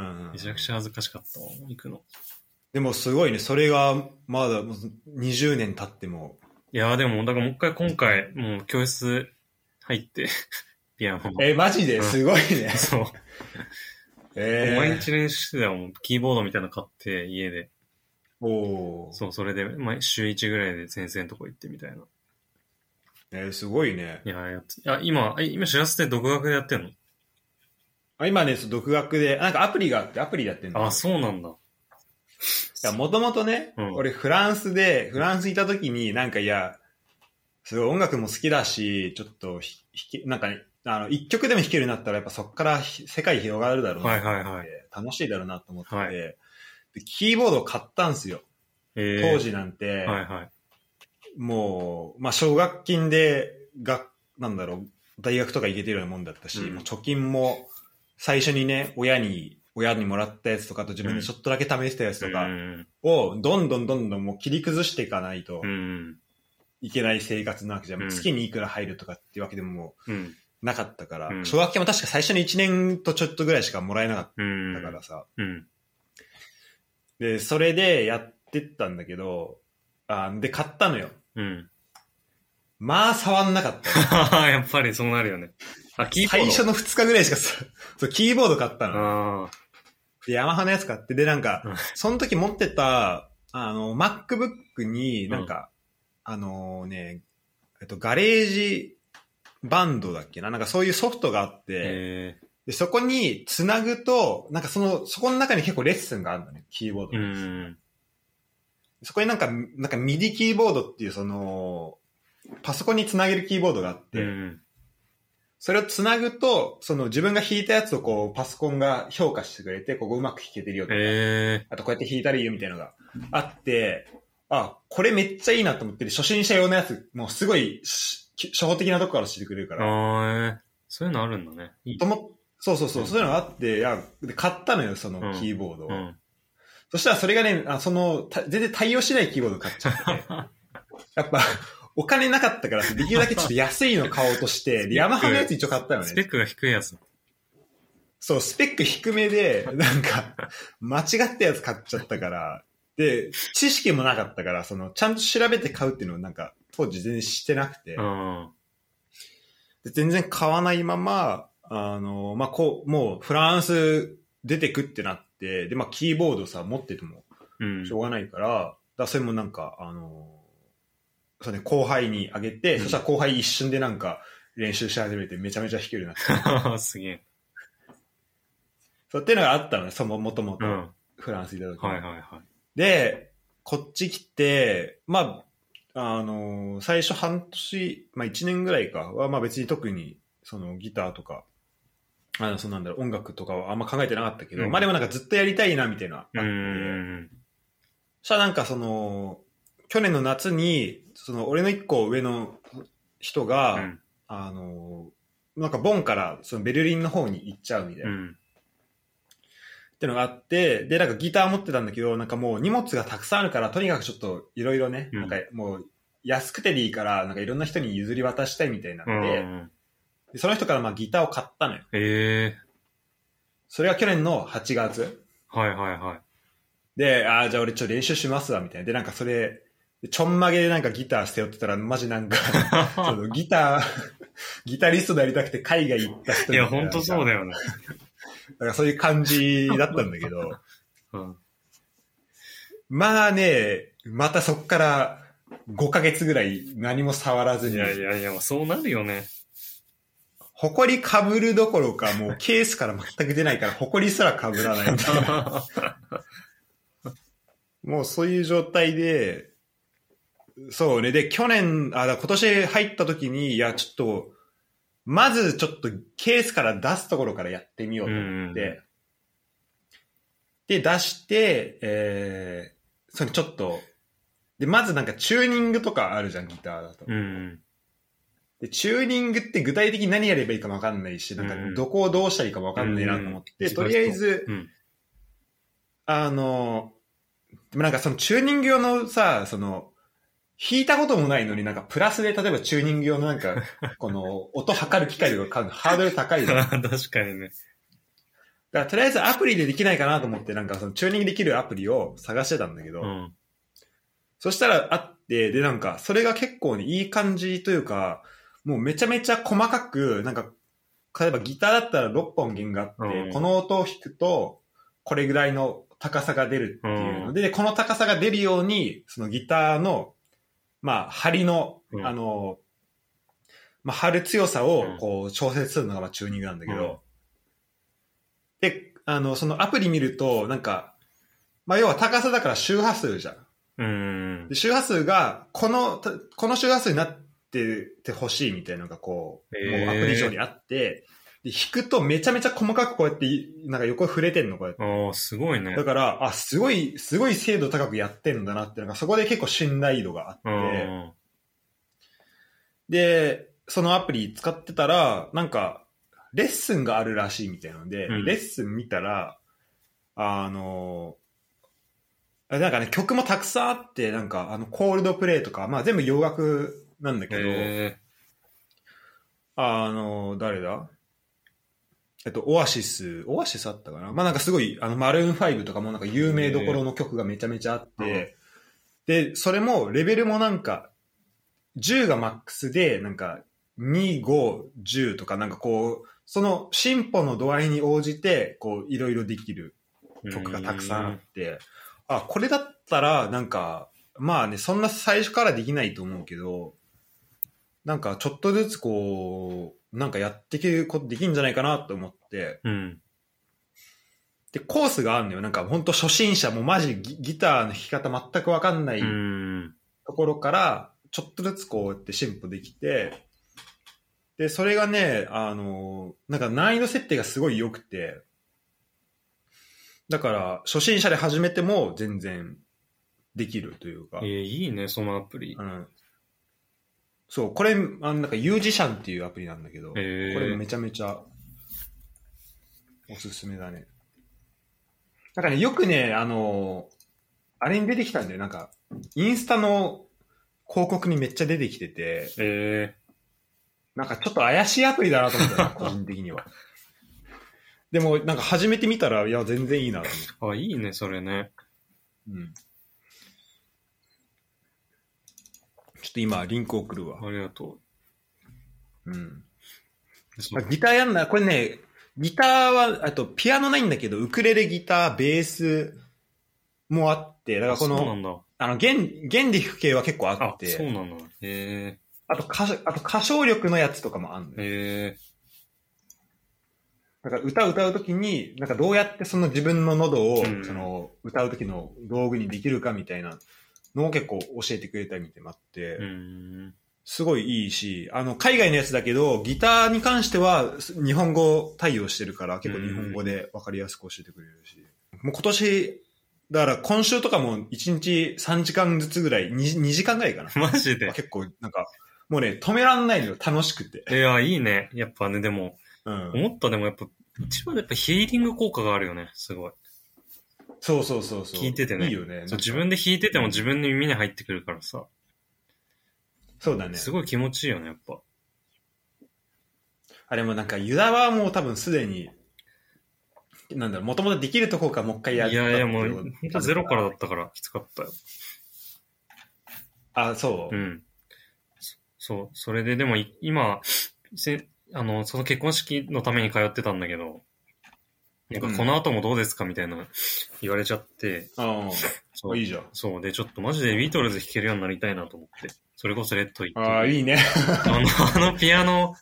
うんうん
めちゃくちゃ恥ずかしかったわ、行くの。
でもすごいね、それがまだもう20年経っても。
いやーでも、だからもう一回今回、もう教室入って、 ピアノの。
え、マジですごいね。
そう。
えー、
毎日練習してたよ、もうキーボードみたいなの買って、家で。
おー
そう、それで、毎週1ぐらいで先生のとこ行ってみたいな。
えーすごいね
い。やーやって、あ、今、あ今、知らせて独学でやってんの
あ今ね、そう独学で、なんかアプリがあって、アプリでやってん
あ、
だ。
そうなんだ。
もともとね、
うん
俺フランスで、フランスいた時に、なんかいや、すごい音楽も好きだし、ちょっとひ、ひなんか、ね、あの、一曲でも弾けるようになったら、やっぱそっからひ世界広がるだろうな
はい
と思
はい
って、
はい。
楽しいだろうなと思って、
はい
でキーボードを買ったんすよ。
えー
当時なんて、
はいはい。
もう、まあ、奨学金で、が、なんだろう、大学とか行けてるようなもんだったし、
うん
もう貯金も、最初にね、親に、親にもらったやつとかあと自分でちょっとだけ試したやつと
う
か
ん。
を、どんどんどんどんもう切り崩していかないと
うん。
いけない生活なわけじゃん。
うん
月にいくら入るとかっていうわけでもも
うん。
うなかったから、
うん
奨学金も確か最初に1年とちょっとぐらいしかもらえなかっ
うん。
たからさ、
うん。
で、それでやってったんだけど、あで、買ったのよ。
うん。
まあ、触んなかったよ。
やっぱりそうなるよね。あ、キーボー
最
ド。
初の2日ぐらいしかさ、そう、キーボード買ったの。
あ
で、ヤマハのやつ買って、で、なん
うん
か、その時持ってた、あの、MacBook に、なんか、あのね、えっと、ガレージバンドだっけななんかそういうソフトがあっ
ー
て、
え
で、そこに繋ぐと、なんかその、そこの中に結構レッスンがあるのね、キーボード
ー。う
の。
ん。
そこになんか、なんかミディキーボードっていう、その、パソコンに繋げるキーボードがあって、
うん。
それをつなぐと、その自分が弾いたやつをこう、パソコンが評価してくれて、ここうまく弾けてるよとか、
え
あとこうやって弾いたらいいよみたいなのがあって、あ、これめっちゃいいなと思ってる、初心者用のやつ、もうすごいし、初歩的なとこから教えてくれるか
ー。
ら、
あーえー。そういうのあるんだね。いい
ともそうそうそう、
うん
そういうのがあって、いや、で買ったのよ、その
うん
キーボードを。
うん。
そしたらそれがね、あその、た全然対応しないキーボード買っちゃって、やっぱ、お金なかったから、できるだけちょっと安いの買おうとし
ス
て、
ペッ
で
ク
ヤマハのやつ一応買ったよね。
スペックが低いやつ。
そう、スペック低め で、なんか、間違ったやつ買っちゃったから、で、知識もなかったから、その、ちゃんと調べて買うっていうのをなんか、当時全然してなくて
う、ん。
で全然買わないまま、あの、まあ、こう、もうフランス出てくってなって、で、まあ、キーボードさ、持ってても
うん。
しょうがないから、だからそれもなんか、あの、そうね、後輩にあげて、
うん
そしたら後輩一瞬でなんか練習し始めてめちゃめちゃ弾けるようになって。
すげえ。
そうっていうのがあったのね、その、もとも
うん。
と
は
フランスいた時、
いはいはい。
で、こっち来て、まあ、あの最初半年、まあ1年ぐらいかは、まあ別に特に、そのギターとか、あの、そうなんだろう、音楽とかはあんま考えてなかったけど、
うん
まあでもなんかずっとやりたいな、みたいな。
うんうん
そしたらなんかその、去年の夏に、その、俺の一個上の人が、
うん。うん
あのなんかボンから、そのベルリンの方に行っちゃうみたいな。
う
っ
ん。
ていうのがあって、で、なんかギター持ってたんだけど、なんかもう荷物がたくさんあるから、とにかくちょっといろいろね、
うん
なんかもう安くてでいいから、なんかいろんな人に譲り渡したいみたいなん
う
で、
んうん。
でその人からまあギターを買ったのよ。
ええ
それが去年の8月。
はいはい はい。
で、ああ、じゃあ俺ちょっと練習しますわ、みたいな。で、なんかそれ、でちょんまげでなんかギター背負ってたら、マジなん か、そのギター、ギタリストになりたくて海外行った人
いや、ほんとそ
ね。
うだよね。
だからそういう感じだったんだけど、
うん。
まあね、またそっから5ヶ月ぐらい何も触らず
い
に、
やいやいや、そうなる よね。
ほこりかぶるどころか、もうケースから全く出ないから、ほこりすらかぶ らないみたいな。もうそういう状態で、そうね。で、去年、あ、だ今年入った時に、いや、ちょっと、まずちょっとケースから出すところからやってみようと思って、
うんうんう
で、出して、えー、そのちょっと、で、まずなんかチューニングとかあるじゃん、ギターだと。
うん。
で、チューニングって具体的に何やればいいかもわかんないし、なんか
うんうん
どこをどうしたらいいかもわかんないなと思って、
うんうん
とりあえず、
うん。
あの、でもなんかそのチューニング用のさ、その、弾いたこともないのになんかプラスで例えばチューニング用のなん か、この音測る機械とか買うのハードル高いじゃん。だか
確かにね。
らとりあえずアプリでできないかなと思ってなんかそのチューニングできるアプリを探してたんだけど、
うん。
そしたらあって、でなんかそれが結構ね、いい感じというか、もうめちゃめちゃ細かく、なんか、例えばギターだったら6本弦があって、
うん
この音を弾くと、これぐらいの高さが出るっていうので、でこの高さが出るように、そのギターの、まあ、張りの、
うん
あの、まあ、張る強さを
うん
こう調節するのがまあチューニングなんだけど、
うん
で、あの、そのアプリ見ると、なんか、まあ、要は高さだから周波数じゃん。
うん
で。周波数が、この、たこの周波数になっててほしいみたいなのがこう、
へー
もうアプリ上にあって、で、弾くとめちゃめちゃ細かくこうやってい、なんか横に触れてんの、こうやって。
ああ、すごいね
だ。から、あ、すごい、すごい精度高くやってんだなって、なんかそこで結構信頼度があ
う
って、
ん。
で、そのアプリ使ってたら、なんか、レッスンがあるらしいみたいなので、
うん
レッスン見たら、あの、あなんかね、曲もたくさんあって、なんか、あの、コールドプレイとか、まあ全部洋楽なんだけど、
え
あの、誰だえっと、オアシス、オアシスあったかなまあなんかすごい、あの、マルーン5とかもなんか有名どころの曲がめちゃめちゃあって、で、それも、レベルもなんか、10がマックスで、なんか、2、5、10とか、なんかこう、その進歩の度合いに応じて、こう、いろいろできる
え
曲がたくさんあって、あ、これだったら、なんか、まあね、そんな最初からできないと思うけど、なんかちょっとずつこう、なんかやっていけることできんじゃないかなと思って、
うん。
で、コースがあるのよ。なんか本当初心者もマジギギターの弾き方全くわかんない
うん。
ところから、ちょっとずつこうやって進歩できて、で、それがね、あの、なんか難易度設定がすごい良くて、だから、初心者で始めても全然できるというか、
ええいいね、そのアプリ
う。ん。そう、これ、あの、なんか、ユージシャンっていうアプリなんだけど、こ
へー
れもめちゃめちゃ、おすすめだね。なんかね、よくね、あの、あれに出てきたんだよ、なんか、インスタの広告にめっちゃ出てきてて、
え
なんかちょっと怪しいアプリだなと思ったな、個人的には。でも、なんか始めてみたら、いや、全然いいなと思って。
えあ、いいね、それね。
うん。ちょっと今、リンク送るわ。
ありがと
うん。
そ
あ
う
ギターやんだ。これね、ギターは、あと、ピアノないんだけど、ウクレレ、ギター、ベースもあって、だからこ
あそう
の、
なんだ。
あの、弦、弦で弾く系は結構あ
あ
っ、
そう
て、
なんだ。へ
あと歌、あと歌唱力のやつとかもあるん
え。
だよ。
へえ。
だから歌歌うときに、なんかどうやってその自分の喉を、
うん
その、歌うときの道具にできるかみたいなのを結構教えてくれたみたいなのもあって、
うーん。。
すごいいいし、あの、海外のやつだけど、ギターに関しては、す日本語対応してるから、結構日本語で分かりやすく教えてくれるし。もう今年、だから今週とかも1日3時間ずつぐらい、2, 2時間ぐらいかな
マ ジで。
結構、なんか、もうね、止めらんないのよ、楽しくて。
いや、いいね。やっぱね、でも、
うん。
思ったでもやっぱ、一番やっぱヒーリング効果があるよね。すごい。
そうそうそうそう。
聞いててね
いいよね。なんか
そう自分で弾いてても自分の耳に入ってくるからさ。
そうだね。
すごい気持ちいいよね、やっぱ。
あれもなんか、ユダはもう多分すでに、なんだろう、もともとできるとこからもう一回
い
や
や
った
い
って
や、も
こ
う、
と
ほんとゼロからだったから、きつかったよ。
あ、そう
う。ん。そそう、それででもい、今、せあの、その結婚式のために通ってたんだけど、なんかこの後もどうですかみたいな言われちゃって、
あ
そ
あ、
う
いいじゃん。
そう、で、ちょっとマジでビートルズ弾けるようになりたいなと思って。それこそレッド行って。
ああ、いいね。
あの、あのピアノ、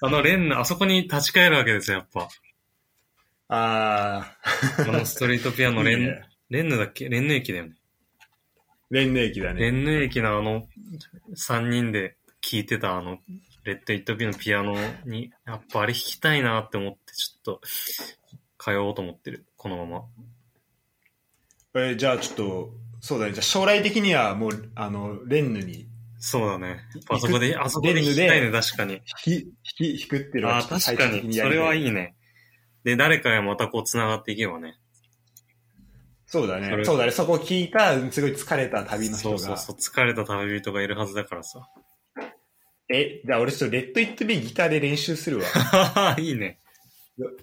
あのレンナ、あそこに立ち返るわけですよ、やっぱ。
あ
あのストリートピア
あ、
ノ、レ
いい
ン、
ね
レンヌだっけレンヌ駅だよね。
連盟駅だね。
レンヌ駅のあの、3人で聴いてたあの、レッド・イット・ビーのピアノに、やっぱあれ弾きたいなって思って、ちょっと、通おうと思ってる、このまま。
えーじゃあちょっと、そうだね。じゃあ将来的にはもう、あの、レンヌに、
そうだね。やっぱあそこ
い
で、
く
あそこで弾きたいね、確かに。
ひ、ひ、ひくっていうの
あ
は
あ、
ちょっと
確
最
か
終的
に。
や
そ
りた。
れはいいいね。で、誰かがまたこう、繋がっていけばね。
そうだ
そ
ね。
れ
そうだね。そこを聞いた、すごい疲れた旅の人
そ
が。
うそうそう、疲れた旅人がいるはずだからさ。
え、じゃあ俺ちょっとレッド・イット・ビーギターで練習するわ。
いいね。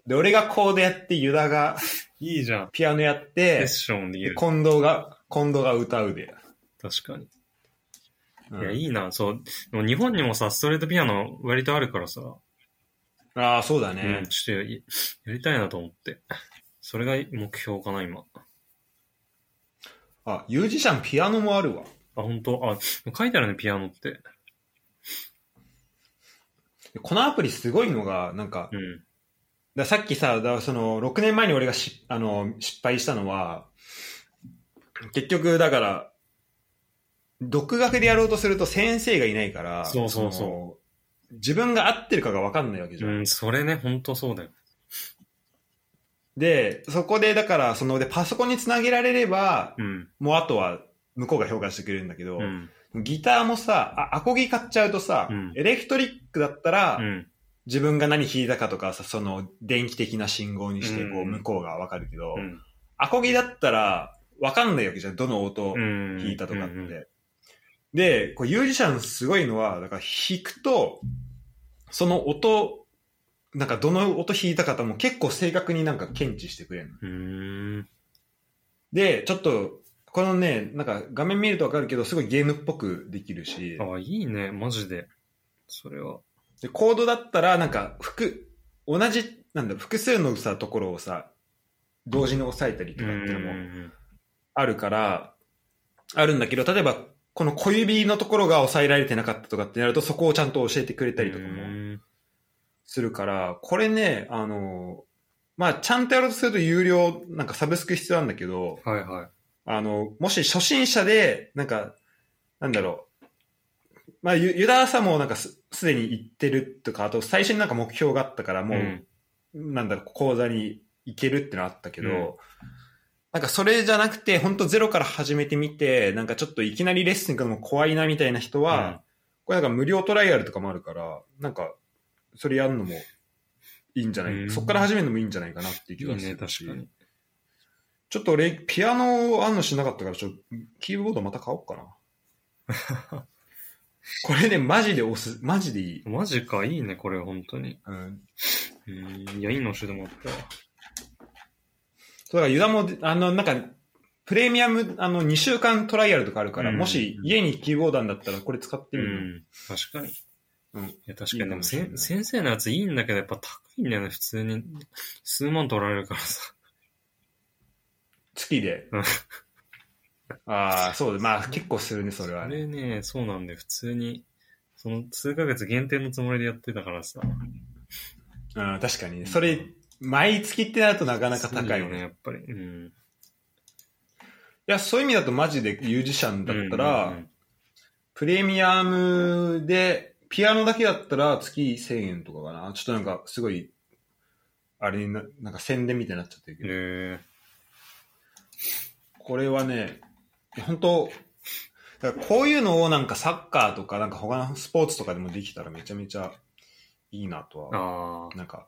で、俺がコードやって、ユダが
いいじゃん。
ピアノやっ
セ
て
ッ、ションでき
で
る。
近藤が、近藤が歌うで。
確かに。
うん
いや、いいな。そう。でも日本にもさ、ストレートピアノ割とあるからさ。
ああ、そうだ
う
ね
ん、。ちょっとややりたいなと思って。それが目標かな、今。あ、
あ、ミュージシャンピアノもあるわ。
本当あ、書いてあるね、ピアノって。
でこのアプリすごいのが、なんか、
う
だ
ん。
からさっきさ、だからその6年前に俺がしあの失敗したのは、結局だから、独学でやろうとすると先生がいないから、
そうそうそう
の自分が合ってるかが分かんないわけじゃん。
うん、それね、本当そうだよ。
で、そこでだから、そのでパソコンにつなげられれば、
うん。
もうあとは向こうが評価してくれるんだけど、
うん。
ギターもさ、あアコギ買っちゃうとさ、
うん
エレクトリックだったら、
うん。
自分が何弾いたかとかさ、その電気的な信号にして、こ
う
う、
ん
向こうが分かるけど、
うん。
アコギだったら、わかんないわけじゃん。どの音を
うん
弾いたとかって。
うん
で、こう、ミュージシャンすごいのは、だから弾くと、その音、なんかどの音弾いたかとも結構正確になんか検知してくれるの。
うん。う
で、ちょっと、このね、なんか画面見るとわかるけど、すごいゲームっぽくできるし
ー、んあ、いいね、マジで。それは。
でコードだったら、なんか、複、同じ、なんだ、複数のさ、ところをさ、同時に押さえたりと
う
か
ん
っ
う
ていうのも、
ん。
あるから、あるんだけど、例えば、この小指のところが押さえられてなかったとかってなると、そこをちゃんと教えてくれたりとか
う
も
ん
するから、これね、あの、まあ、ちゃんとやろうとすると有料、なんかサブスク必要なんだけど、
はいはい。
あの、もし初心者で、なんか、なんだろう、まあ、ゆユダーさんもなんかすすでに行ってるとか、あと最初になんか目標があったから、もう、
ん
なんだろう、講座に行けるってのはあったけど、なんかそれじゃなくて、本当ゼロから始めてみて、なんかちょっといきなりレッスン行くのも怖いなみたいな人は、
うん
これなんか無料トライアルとかもあるから、なんか、それやるのもいいんじゃない、
うん
そこから始めるのもいいんじゃないかなっていう
い
気
い
がす
ね、
る
確
し
かに。
ちょっと俺、ピアノを案のしなかったから、ちょっと、キーボードまた買おうかな。 これね、マジでおす、マジでいい。
マジか、いいね、これ、本当に。
うん。
うん。いや、いいの教えてもらったわ
そうだからユダも、あの、なんか、プレミアム、あの、2週間トライアルとかあるから、
うん
もし家にキーボードあるんだったらこれ使って
う
みる、
ん。確かに。
うん
いや、確かに、でもせ
いいかもしれな
先生のやついいんだけど、やっぱ高いんだよね、普通に。数万取られるからさ。
月で
うん。
ああ、そうだ。まあ、結構するね、それは
あ
ね。
れね、そうなんで、普通に、その数ヶ月限定のつもりでやってたからさ。
うん、確かに。それ、毎月ってなるとなかなか高いよ
そうだ
ね。
やっぱり。うん。
いや、そういう意味だとマジでミュージシャンだったら、
うんうんうん
プレミアムで、ピアノだけだったら月1000円とかかな。ちょっとなんか、すごい、あれにな、なんか宣伝みたいになっちゃってるけど。
ね
これはね、いや本当だからこういうのをなんかサッカーとかなんか他のスポーツとかでもできたらめちゃめちゃいいなとは
あ
なんか、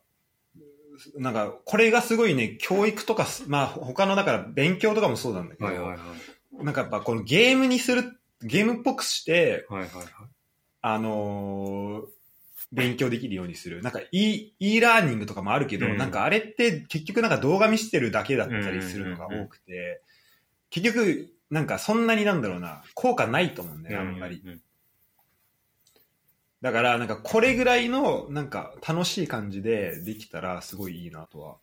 なんか、これがすごいね、教育とかす、まあ、他の、だから勉強とかもそうなんだけ
あ。
ど、
はいはいはい。
なんかやっぱこのゲームにする、ゲームっぽくして、
はいはいはい。
あのー勉強できるようにする。なんか e、e ラーニングとかもあるけど、
うん
なんかあれって結局なんか動画見してるだけだったりするのが多くて、結局、なんかそんなになんだろうな、効果ないと思うんだよね、あんまり。
うんうん
だから、なんかこれぐらいの、なんか楽しい感じでできたらすごいいいなとは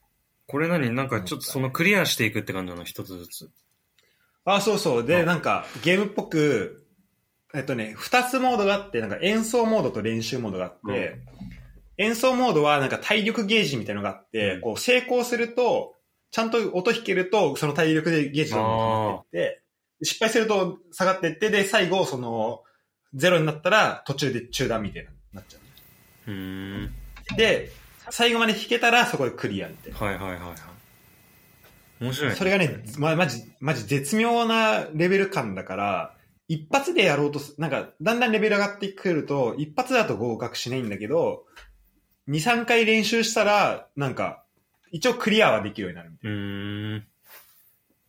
これ何なんかちょっとそのクリアしていくって感じなの、一つずつ。
あ、そうそう。で、
あ
なんか、ゲームっぽく、えっとね、二つモードがあって、なんか演奏モードと練習モードがあって、
うん
演奏モードはなんか体力ゲージみたいなのがあって、
うん
こう成功すると、ちゃんと音弾けると、その体力でゲージが上がってって、で失敗すると下がってって、で、最後、その、ゼロになったら途中で中断みたいな、なっちゃ
うーん。
う。で、最後まで弾けたらそこでクリアみたいな。
はいはいはいはい。面白いね。
それがね、ま、まじ、まじ絶妙なレベル感だから、一発でやろうとす、なんか、だんだんレベル上がってくると、一発だと合格しないんだけど、2、3回練習したら、なんか、一応クリアはできるようになるみたいう
ーん。
な。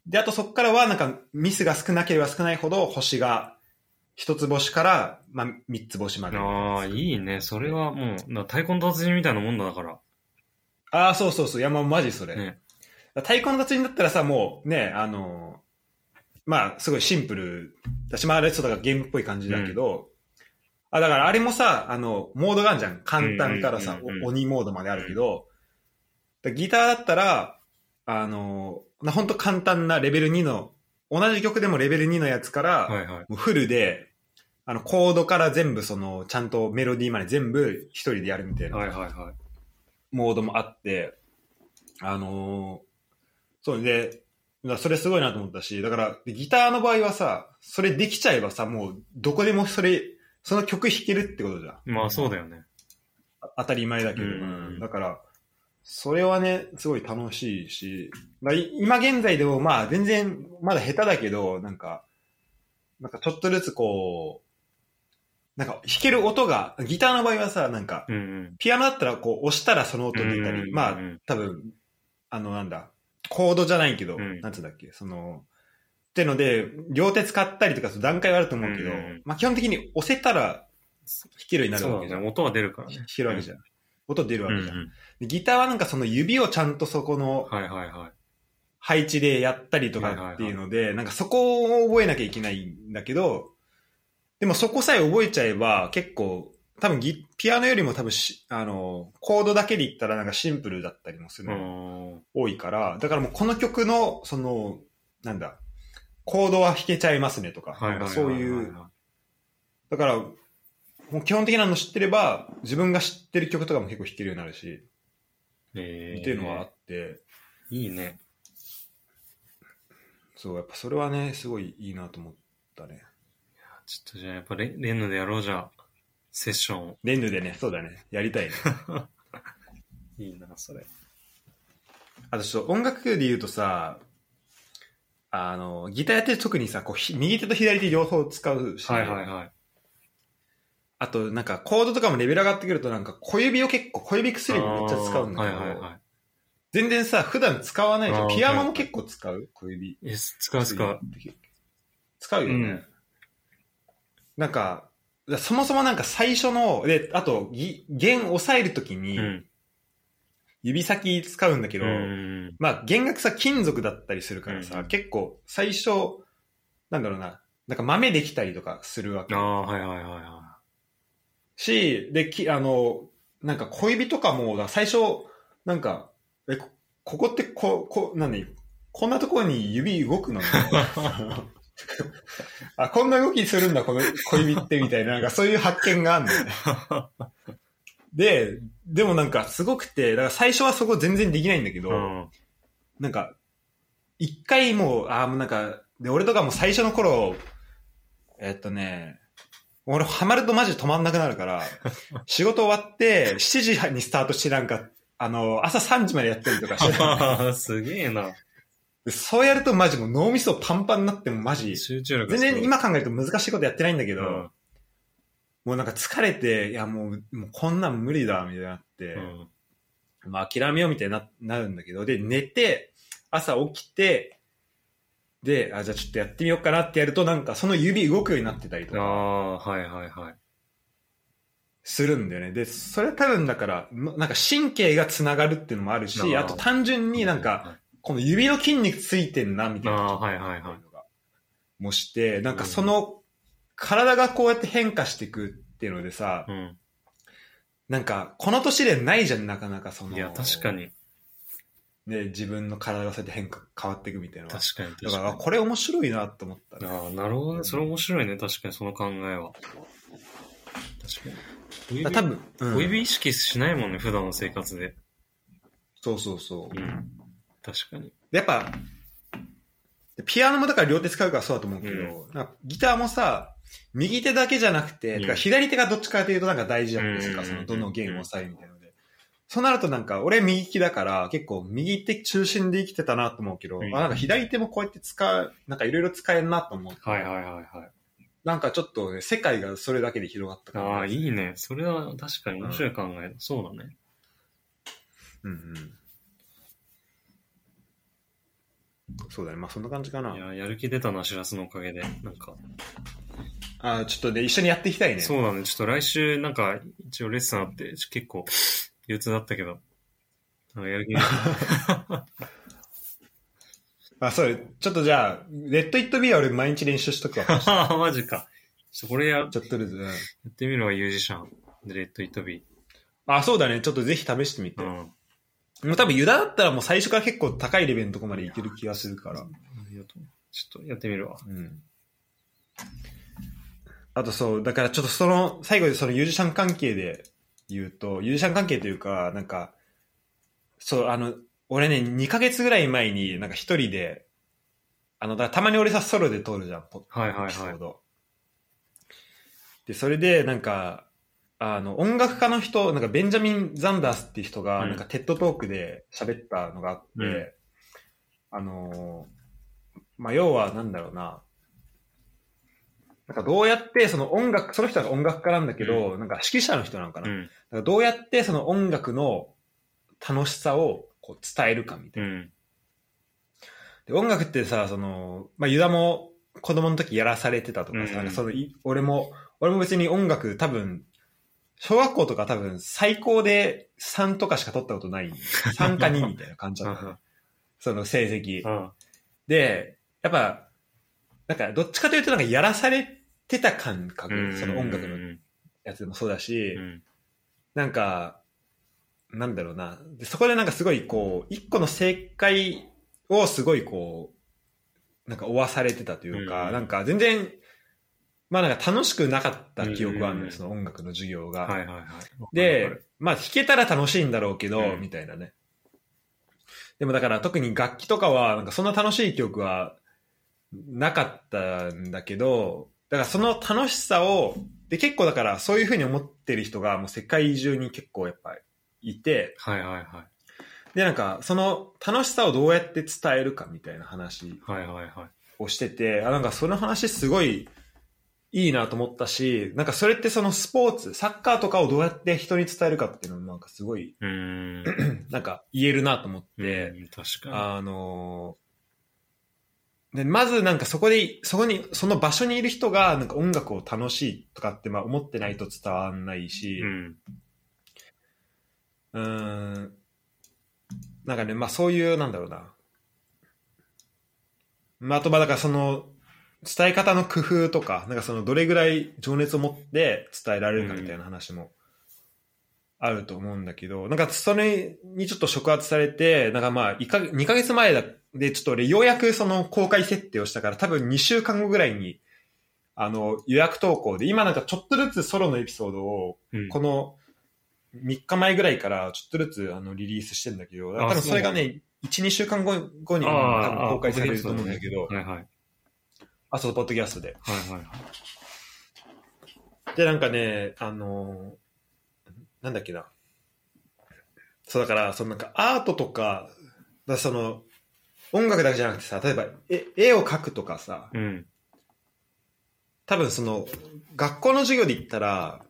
で、あとそこからは、なんか、ミスが少なければ少ないほど、星が、一つ星から、まあ、三つ星まで。
ああ、いいね。それはもう、な太鼓の達人みたいなもんだだから。
ああ、そうそうそう。いや、まあ、マジそれ。
ね。
だから太鼓の達人だったらさ、もうね、あのーまあ、すごいシンプルだし、まあ、あれちょっとだからゲームっぽい感じだけど、あ、だからあれもさ、あの、モードがあるじゃん。簡単からさ、
うんうんうんうん
お鬼モードまであるけど、だからギターだったら、あのー、なほんと簡単なレベル2の、同じ曲でもレベル2のやつから、
はいはい。
もうフルで、あの、コードから全部その、ちゃんとメロディーまで全部一人でやるみたいな
はいはいはい。
モードもあって、あのーそうで、だからそれすごいなと思ったし、だから、でギターの場合はさ、それできちゃえばさ、もう、どこでもそれ、その曲弾けるってことじゃん。
まあそうだよね。
あ当たり前だけど。
うんうん
だから、それはね、すごい楽しいし、まあ、い今現在でも、まあ、全然、まだ下手だけど、なんか、なんかちょっとずつこう、なんか弾ける音が、ギターの場合はさ、なんか、
うんうん。
ピアノだったらこう押したらその音出た
うんうんうんう
り、
ん
まあ多分、あのなんだ、コードじゃないけど、
うん
なんつうんだっけ、その、ってので、両手使ったりとかそう段階はあると思うけど、
うんうんうん
まあ基本的に押せたら弾けるようにな
そ
る
う
わけ
だね
じゃん。弾
音は出るからね。
けるわけじゃん。音出るわ
う
け
ん
じゃん、
うん。
でギターはなんかその指をちゃんとそこの
はいはいはい。
配置でやったりとかっていうので、なんかそこを覚えなきゃいけないんだけど、でもそこさえ覚えちゃえば結構、多分ギ、ピアノよりも多分し、あの、コードだけで言ったらなんかシンプルだったりもする
う
の
ん。
多いから、だからもうこの曲の、その、なんだ、コードは弾けちゃいますねとか、
はいはいはいはい
な
は
ん
い。
かそういう、だから、もう基本的なの知ってれば、自分が知ってる曲とかも結構弾けるようになるし、
えー
っていうのはあって、
いいね。
そう、やっぱそれはね、すごいいいなと思ったね。
ちょっとじゃあやっぱレレンヌでやろうじゃあ。セッションを。
レンヌでね、そうだね、やりたいね。
いいな、それ。
あとちょっと音楽で言うとさ、あの、ギターやってると特にさ、こう、ひ右手と左手両方使うし、
はいはいはい。
あとなんかコードとかもレベル上がってくるとなんか小指を結構、小指薬指めっちゃ使うんだけど、
あーはいはいはい。
全然さ、普段使わないじゃ
あ
ん。
ー
ピアノも結構使う小指。
え、使う使う。
使うよね。
うん
なんか、そもそもなんか最初の、で、あと、ぎ弦押さえるとき
う
に、
ん。
指先使うんだけ
うん
ど、
うん
まあ、弦楽さ、金属だったりするからさ、
うん
結構、最初、なんだろうな、なんか豆できたりとかするわ
うん。
け
あ。あ、はいはいはいは
し、で、き、あの、なんか恋人かも、だ最初、なんか、え、こここってこ、こ、なに、こんなところに指動くの あ、こんな動きするんだ、この恋人ってみたいな、なんかそういう発見があるん だよね。で、でもなんかすごくて、だから最初はそこ全然できないんだけど、
うん。
なんか、一回もう、ああ、もうなんか、で、俺とかも最初の頃、えっとね、俺ハマるとマジ止まんなくなる から、仕事終わって、7時にスタートしてなんか、あの、朝3時までやったりとかして た
すげえな。
でそうやるとマジもう脳みそパンパンになってもマジ、
集中力
全
すごい
然今考えると難しいことやってないんだけど、
うん
もうなんか疲れて、いやもう、もうこんなん無理だ、みたいになって、
うん。
まあ、諦めようみたいにななるんだけど、で、寝て、朝起きて、で、あ、じゃあちょっとやってみようかなってやると、なんかその指動くようになってたりと
あ
か
あ、はいはいはい。
するんだよね。で、それは多分だから、のなんか神経がつながるっていうのもある
あ
し、
ー
あと単純になんか、
は
この指の筋肉ついてんな、み
い、
たいな。
ああー、はいはいはい。
もして、なんかその、体がこうやって変化していくっていうのでさ、
うん。
なんか、この年でないじゃん、なかなかその。
いや、確か。に、
ね、自分の体がそうやって変化、変わっていくみたいなのは。
確かに、確
だから、あ
か
これ面白いなと思った
に。
ね。
ああ、なるほどね。それ面白いね。確かに、その考えは。確かに。
だから多分、うん
小指意識しないもんね、普段の生活で。
そうそうそうう。
ん。確かに。
やっぱ、ピアノもだから両手使うからそうだと思うけど、なんかギターもさ、右手だけじゃなくて、
うん
だから左手がどっちかというとなんか大事じゃないですか、
うん
そのどの弦を押さえるみたいなので。そうなるとなんか、俺右利きだから、結構右手中心で生きてたなと思うけど、
うん
あなんか左手もこうやって使う、なんかいろいろ使えるなと思う。
はいはいはいはい。
なんかちょっとね、世界がそれだけで広がったから。
ああ、いいね。それは確かに面白い考えだ。そうだね。
うんうん。そうだね、まあそんな感じかな。
いや、やる気出たな、しらすのおかげで。なんか、
あーちょっとね、一緒にやっていきたいね。
そうだね。ちょっと来週、なんか、一応レッスンあって、結構、憂鬱だったけど、なんかやる気出た
あ、そう、ちょっとじゃあ、レッド・イット・ビーは俺毎日練習しとく わ。ち
マジか。ちょっとこれやや
ょっとずつ。うん
ってみるわ、ユージシャン。レッド・イット・ビ
あ、そうだね。ちょっとぜひ試してみて。
ー。うん。
もう多分、ユダだったらもう最初から結構高いレベルのとこまでいける気がするから。
ありがとうちょっとやってみるわ。
うん。あとそう、だからちょっとその、最後でそのユージシャン関係で言うと、ユージシャン関係というか、なんか、そう、あの、俺ね、2ヶ月ぐらい前になんか一人で、あの、だからたまに俺さ、ソロで撮るじゃん、ポッ
はいは
エ
い
ピソ
は
ー
い。
ド。で、それで、なんか、あの、音楽家の人、なんかベンジャミン・ザンダースっていう人が、
うん
なんかテッドトークで喋ったのがあって、
うん
あのーまあ、要はなんだろうな、なんかどうやってその音楽、その人は音楽家なんだけど、なんか指揮者の人なのかな。
う
だ
ん。
からどうやってその音楽の楽しさをこう伝えるかみたいな。
うん。
で音楽ってさその、まあ、ユダも子供の時やらされてたとかさ、
うん
なんかそのい俺も俺も別に音楽多分小学校とか多分最高で3とかしか取ったことない3か2みたいな感じだったのね その成績
うん。
でやっぱなんかどっちかというとなんかやらされてた感覚、
うん
その音楽
う
の
ん。
やつでもそうだし、
うん
なんか、なんだろうな。でそこでなんかすごいこう、一個の正解をすごいこう、なんか追わされてたというか、
うん
なんか全然、まあなんか楽しくなかった記憶があるの
うん
よ、その音楽の授業が。
はいはいはい。わか
で
る、
まあ弾けたら楽しいんだろうけど、
うん
みたいなね。でもだから特に楽器とかは、なんかそんな楽しい記憶はなかったんだけど、だからその楽しさを、で結構だからそういうふうに思ってる人がもう世界中に結構やっぱいて、
わかるはいはいは
でなんかその楽しさをどうやって伝えるかみたいな話
い。はいはいはい。
をしてて、あなんかその話すごいいいなと思ったし、なんかそれってそのスポーツ、サッカーとかをどうやって人に伝えるかっていうのもなんかすごいう
ーん。
なんか言えるなと思って、
うん、確かに。
あのーで、まずなんかそこで、そこに、その場所にいる人がなんか音楽を楽しいとかってまあ思ってないと伝わんないし、
うん。
うーんなんかね、まあそういう、なんだろうな。まあ、あとまあだからその、伝え方の工夫とか、なんかそのどれぐらい情熱を持って伝えられるかみたいな話もあると思うんだけど、なんかそれにちょっと触発されて、なんかまあ、いか2ヶ月前だで、ちょっと俺ようやくその公開設定をしたから、多分2週間後ぐらいに、あの、予約投稿で、今なんかちょっとずつソロのエピソードを、
うん
この3日前ぐらいからちょっとずつあのリリースしてんだけど、
あ
多分それがね、1、2週間後後に多分公開されると思うんだけど、
はいはい。
あ、そう、ポッドキャストで。
はいはい。
で、なんかね、あのーなんだっけな。そうだから、そのなんかアートとか、だからその、音楽だけじゃなくてさ、例えば絵絵を描くとかさ、
うん。
多分その、学校の授業で言ったら、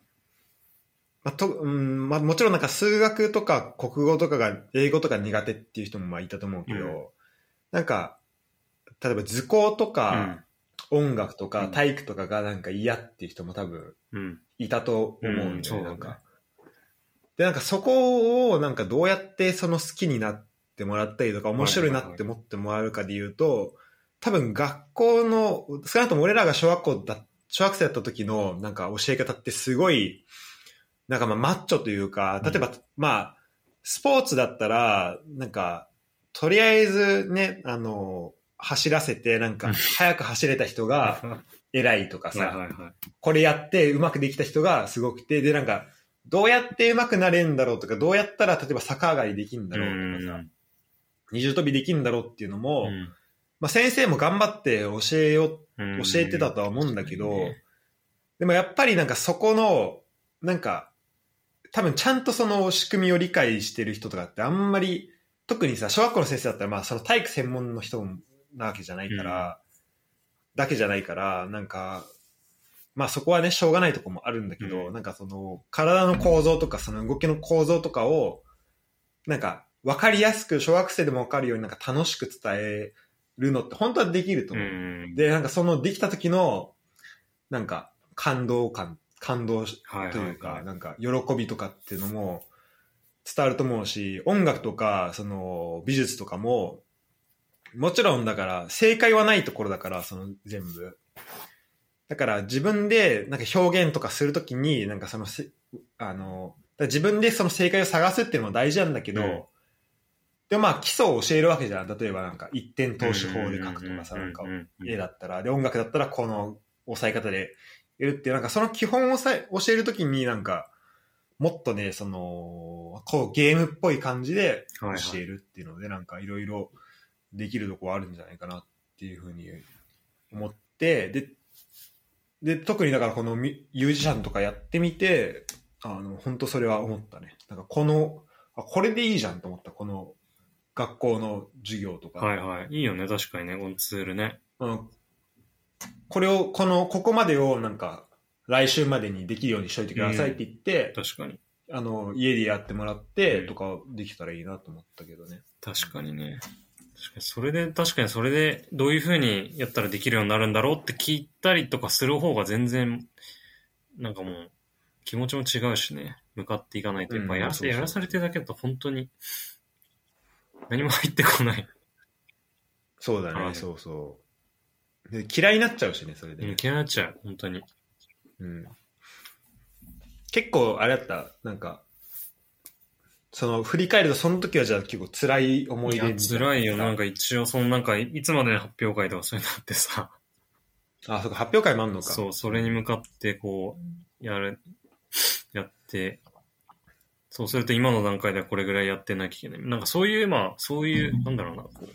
まあとうんまあ、もちろんなんか数学とか国語とかが英語とか苦手っていう人もまあいたと思うけど、
うん
なんか、例えば図工とか音楽と
う
か
ん
体育とかがなんか嫌っていう人も多分
うん。うん。
いたと思うんだよね、
うんそうだね
なんか。で、なんかそこをなんかどうやってその好きになってもらったりとか、面白いなって思ってもらえるかで言うと、多分学校の、少なくとも俺らが小学校だ、小学生だった時のなんか教え方ってすごい、なんかまあマッチョというか、例えば、まあ、スポーツだったら、なんか、とりあえずね、あの、走らせて、なん
う
か、
ん
早く走れた人が
は
偉いとか
い
さ、
はいは
これやってうまくできた人がすごくて、で、なんか、どうやってうまくなれんだろうとか、どうやったら例えば逆上がりできんだ
い。う
ろうとかさ、
ん。
二重跳びできんだろうっていうのも、
うん
まあ先生も頑張って教えよ、
うん
教えてたとは思うんだけど、
うん
でもやっぱりなんかそこの、なんか、多分ちゃんとその仕組みを理解してる人とかってあんまり、特にさ、小学校の先生だったら、まあその体育専門の人なわけじゃないから、だけじゃないから、なんか、まあそこはね、しょうがないとこもあるんだけど、
うん
なんかその、体の構造とか、その動きの構造とかを、なんか、わかりやすく、小学生でもわかるようになんか楽しく伝えるのって本当はできると
う
思う。
ん。
で、なんかそのできた時の、なんか感動感、感動し
はいはいはい
というか、なんか喜びとかっていうのも伝わると思うし、音楽とか、その美術とかも、もちろんだから正解はないところだから、その全部。だから自分でなんか表現とかするときに、なんかそのせ、あの、だから自分でその正解を探すっていうのも大事なんだけど、
うん
でもまあ基礎を教えるわけじゃん。例えばなんか一点投資法で書くとかさ、
う
なんか
うう
絵だったら、で、音楽だったらこの押さえ方でやるっていう、なんかその基本をさ教えるときになんか、もっとね、その、こうゲームっぽい感じで
はいはい
教えるっていうので、なんかいろいろできるとこあるんじゃないかなっていうふうに思って、で、で、特にだからこのミミュージシャンとかやってみて、あの、本当それは思ったね。なんかこの、あ、これでいいじゃんと思った、この学校の授業とか。
はいはい。いいよね、確かにね、このツールね。
うん、これを、この、ここまでをなんか、来週までにできるようにしといてくださいって言って、
確かに。
あの、家でやってもらって、
うん
とかできたらいいなと思ったけどね。
確かにね。確かに、それで、確かにそれで、どういうふうにやったらできるようになるんだろうって聞いたりとかする方が全然、なんかもう、気持ちも違うしね、向かっていかないと、やっぱ
うん
やら,、
そうそう
やらされてるだけだと本当に、何も入ってこない。
そうだね、
はい
そうそう。で嫌いになっちゃうしね、それで
うん、
ね。
気になっちゃう、本当に。
うん、結構、あれだった、なんか、その、振り返ると、その時はじゃあ結構辛い思い
い
出
や、
みたいな
辛いよ、なんか一応、そのなんか、いつまでの発表会とかそういうのあってさ、
あ、そうか、発表会もあんのか。
そう、それに向かって、こう、やる、やって、そうすると今の段階ではこれぐらいやってなきゃいけない。なんかそういう、まあ、そういう、なんだろうな、こう、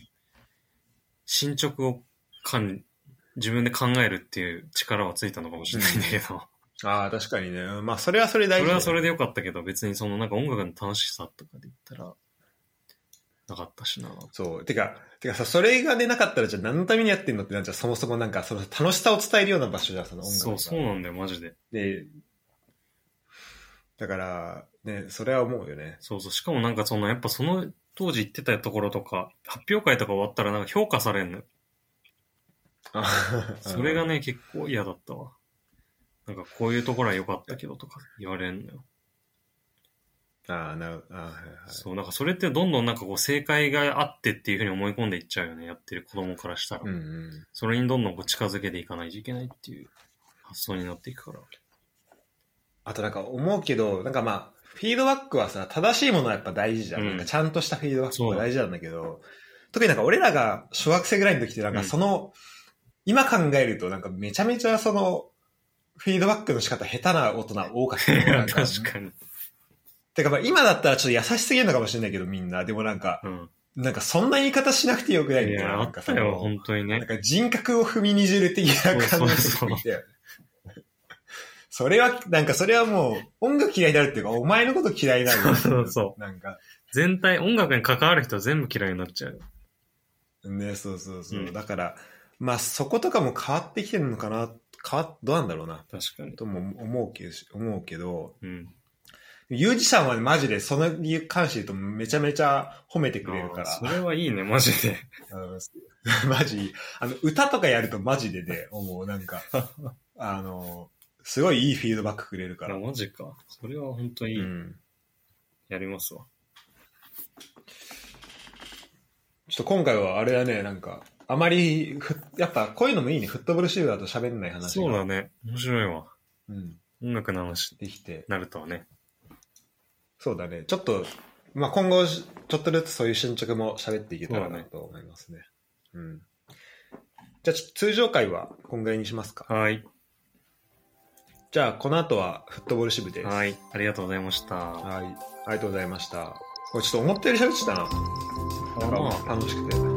進捗を管自分で考えるっていう力はついたのかもしれないんだけど、
ああ、確かにね。うんまあ、それはそれ大事
それ
だ
は
よ
それでよかったけど、別にそのなんか音楽の楽しさとかで言ったら、なかったしな。
そう。てか、てかさ、それが出なかったら、じゃあ何のためにやってんのってなっちゃう。そもそもなんか、その楽しさを伝えるような場所じゃん、その音楽
そう、
が
そうなんだよ、マジで。
で、だから、ね、それは思うよね。
そうそう。しかもなんかその、やっぱその当時行ってたところとか、発表会とか終わったらなんか評価されんのよ それが
ね、
ね、結構嫌だったわ。なんかこういうところは良かったけどとか言われんのよ。
ああ、なるああ、はいはい。
そう、なんかそれってどんどんなんかこう正解があってっていうふうに思い込んでいっちゃうよね、やってる子供からしたら。
うんうん。
それにどんどんこう近づけていかないといけないっていう発想になっていくから。
あとなんか思うけど、なんかまあ、フィードバックはさ、正しいものはやっぱ大事じゃん。
うん
なんかちゃんとしたフィードバックが大事なんだけど、特になんか俺らが小学生ぐらいの時ってなん
う
か
ん
その、今考えるとなんかめちゃめちゃその、フィードバックの仕方下手な大人多かったよ。なん
確かに。
てかまあ今だったらちょっと優しすぎるのかもしれないけどみんな。でもなんか、
うん。
なんかそんな言い方しなくてよくない
い
みたいな。
や、あ
なん
っ
か
たよ、本当に
なん
ね。
か人格を踏みにじる的な感じ
そうそうそう
の時だよねそれは、なんかそれはもう音楽嫌いになるっていうか、お前のこと嫌いなんだよ
そうそうそ
なんか、
全体、音楽に関わる人は全部嫌いになっちゃう。
ね、そうそうそう。
うん
だから、まあそことかも変わってきてるのかな、変わっ、どうなんだろうな、
確かに。
とも思うけど、思うけど、
うん。
ユージさんはマジでその理由関して言うとめちゃめちゃ褒めてくれるか
あーそ
ら、
れはいいね、マジで。
うん マジ、あの、歌とかやるとマジでね、思う、なんか、あの、すごいいいフィードバックくれるから
あ。マジか。それは本当にいい。
うん、
やりますわ。
ちょっと今回はあれだね、なんか、あまりふ、やっぱこういうのもいいね、フットボールシールだと喋んない話が
そうだね。面白いわ。
うん、
音楽の話に
できて、
なるとはね。
そうだね、ちょっと、まあ、今後、ちょっとずつそういう進捗も喋っていけたら
そうだ
な
ね
と思いますね。うん。じゃあ、ちょ通常回はこんぐらいにしますか。
はい。
じゃあ、この後はフットボール支部です。。
はいい。ありがとうございました。
はい。ありがとうございました。これちょっと思ったより喋ってたな。なんか楽しくて。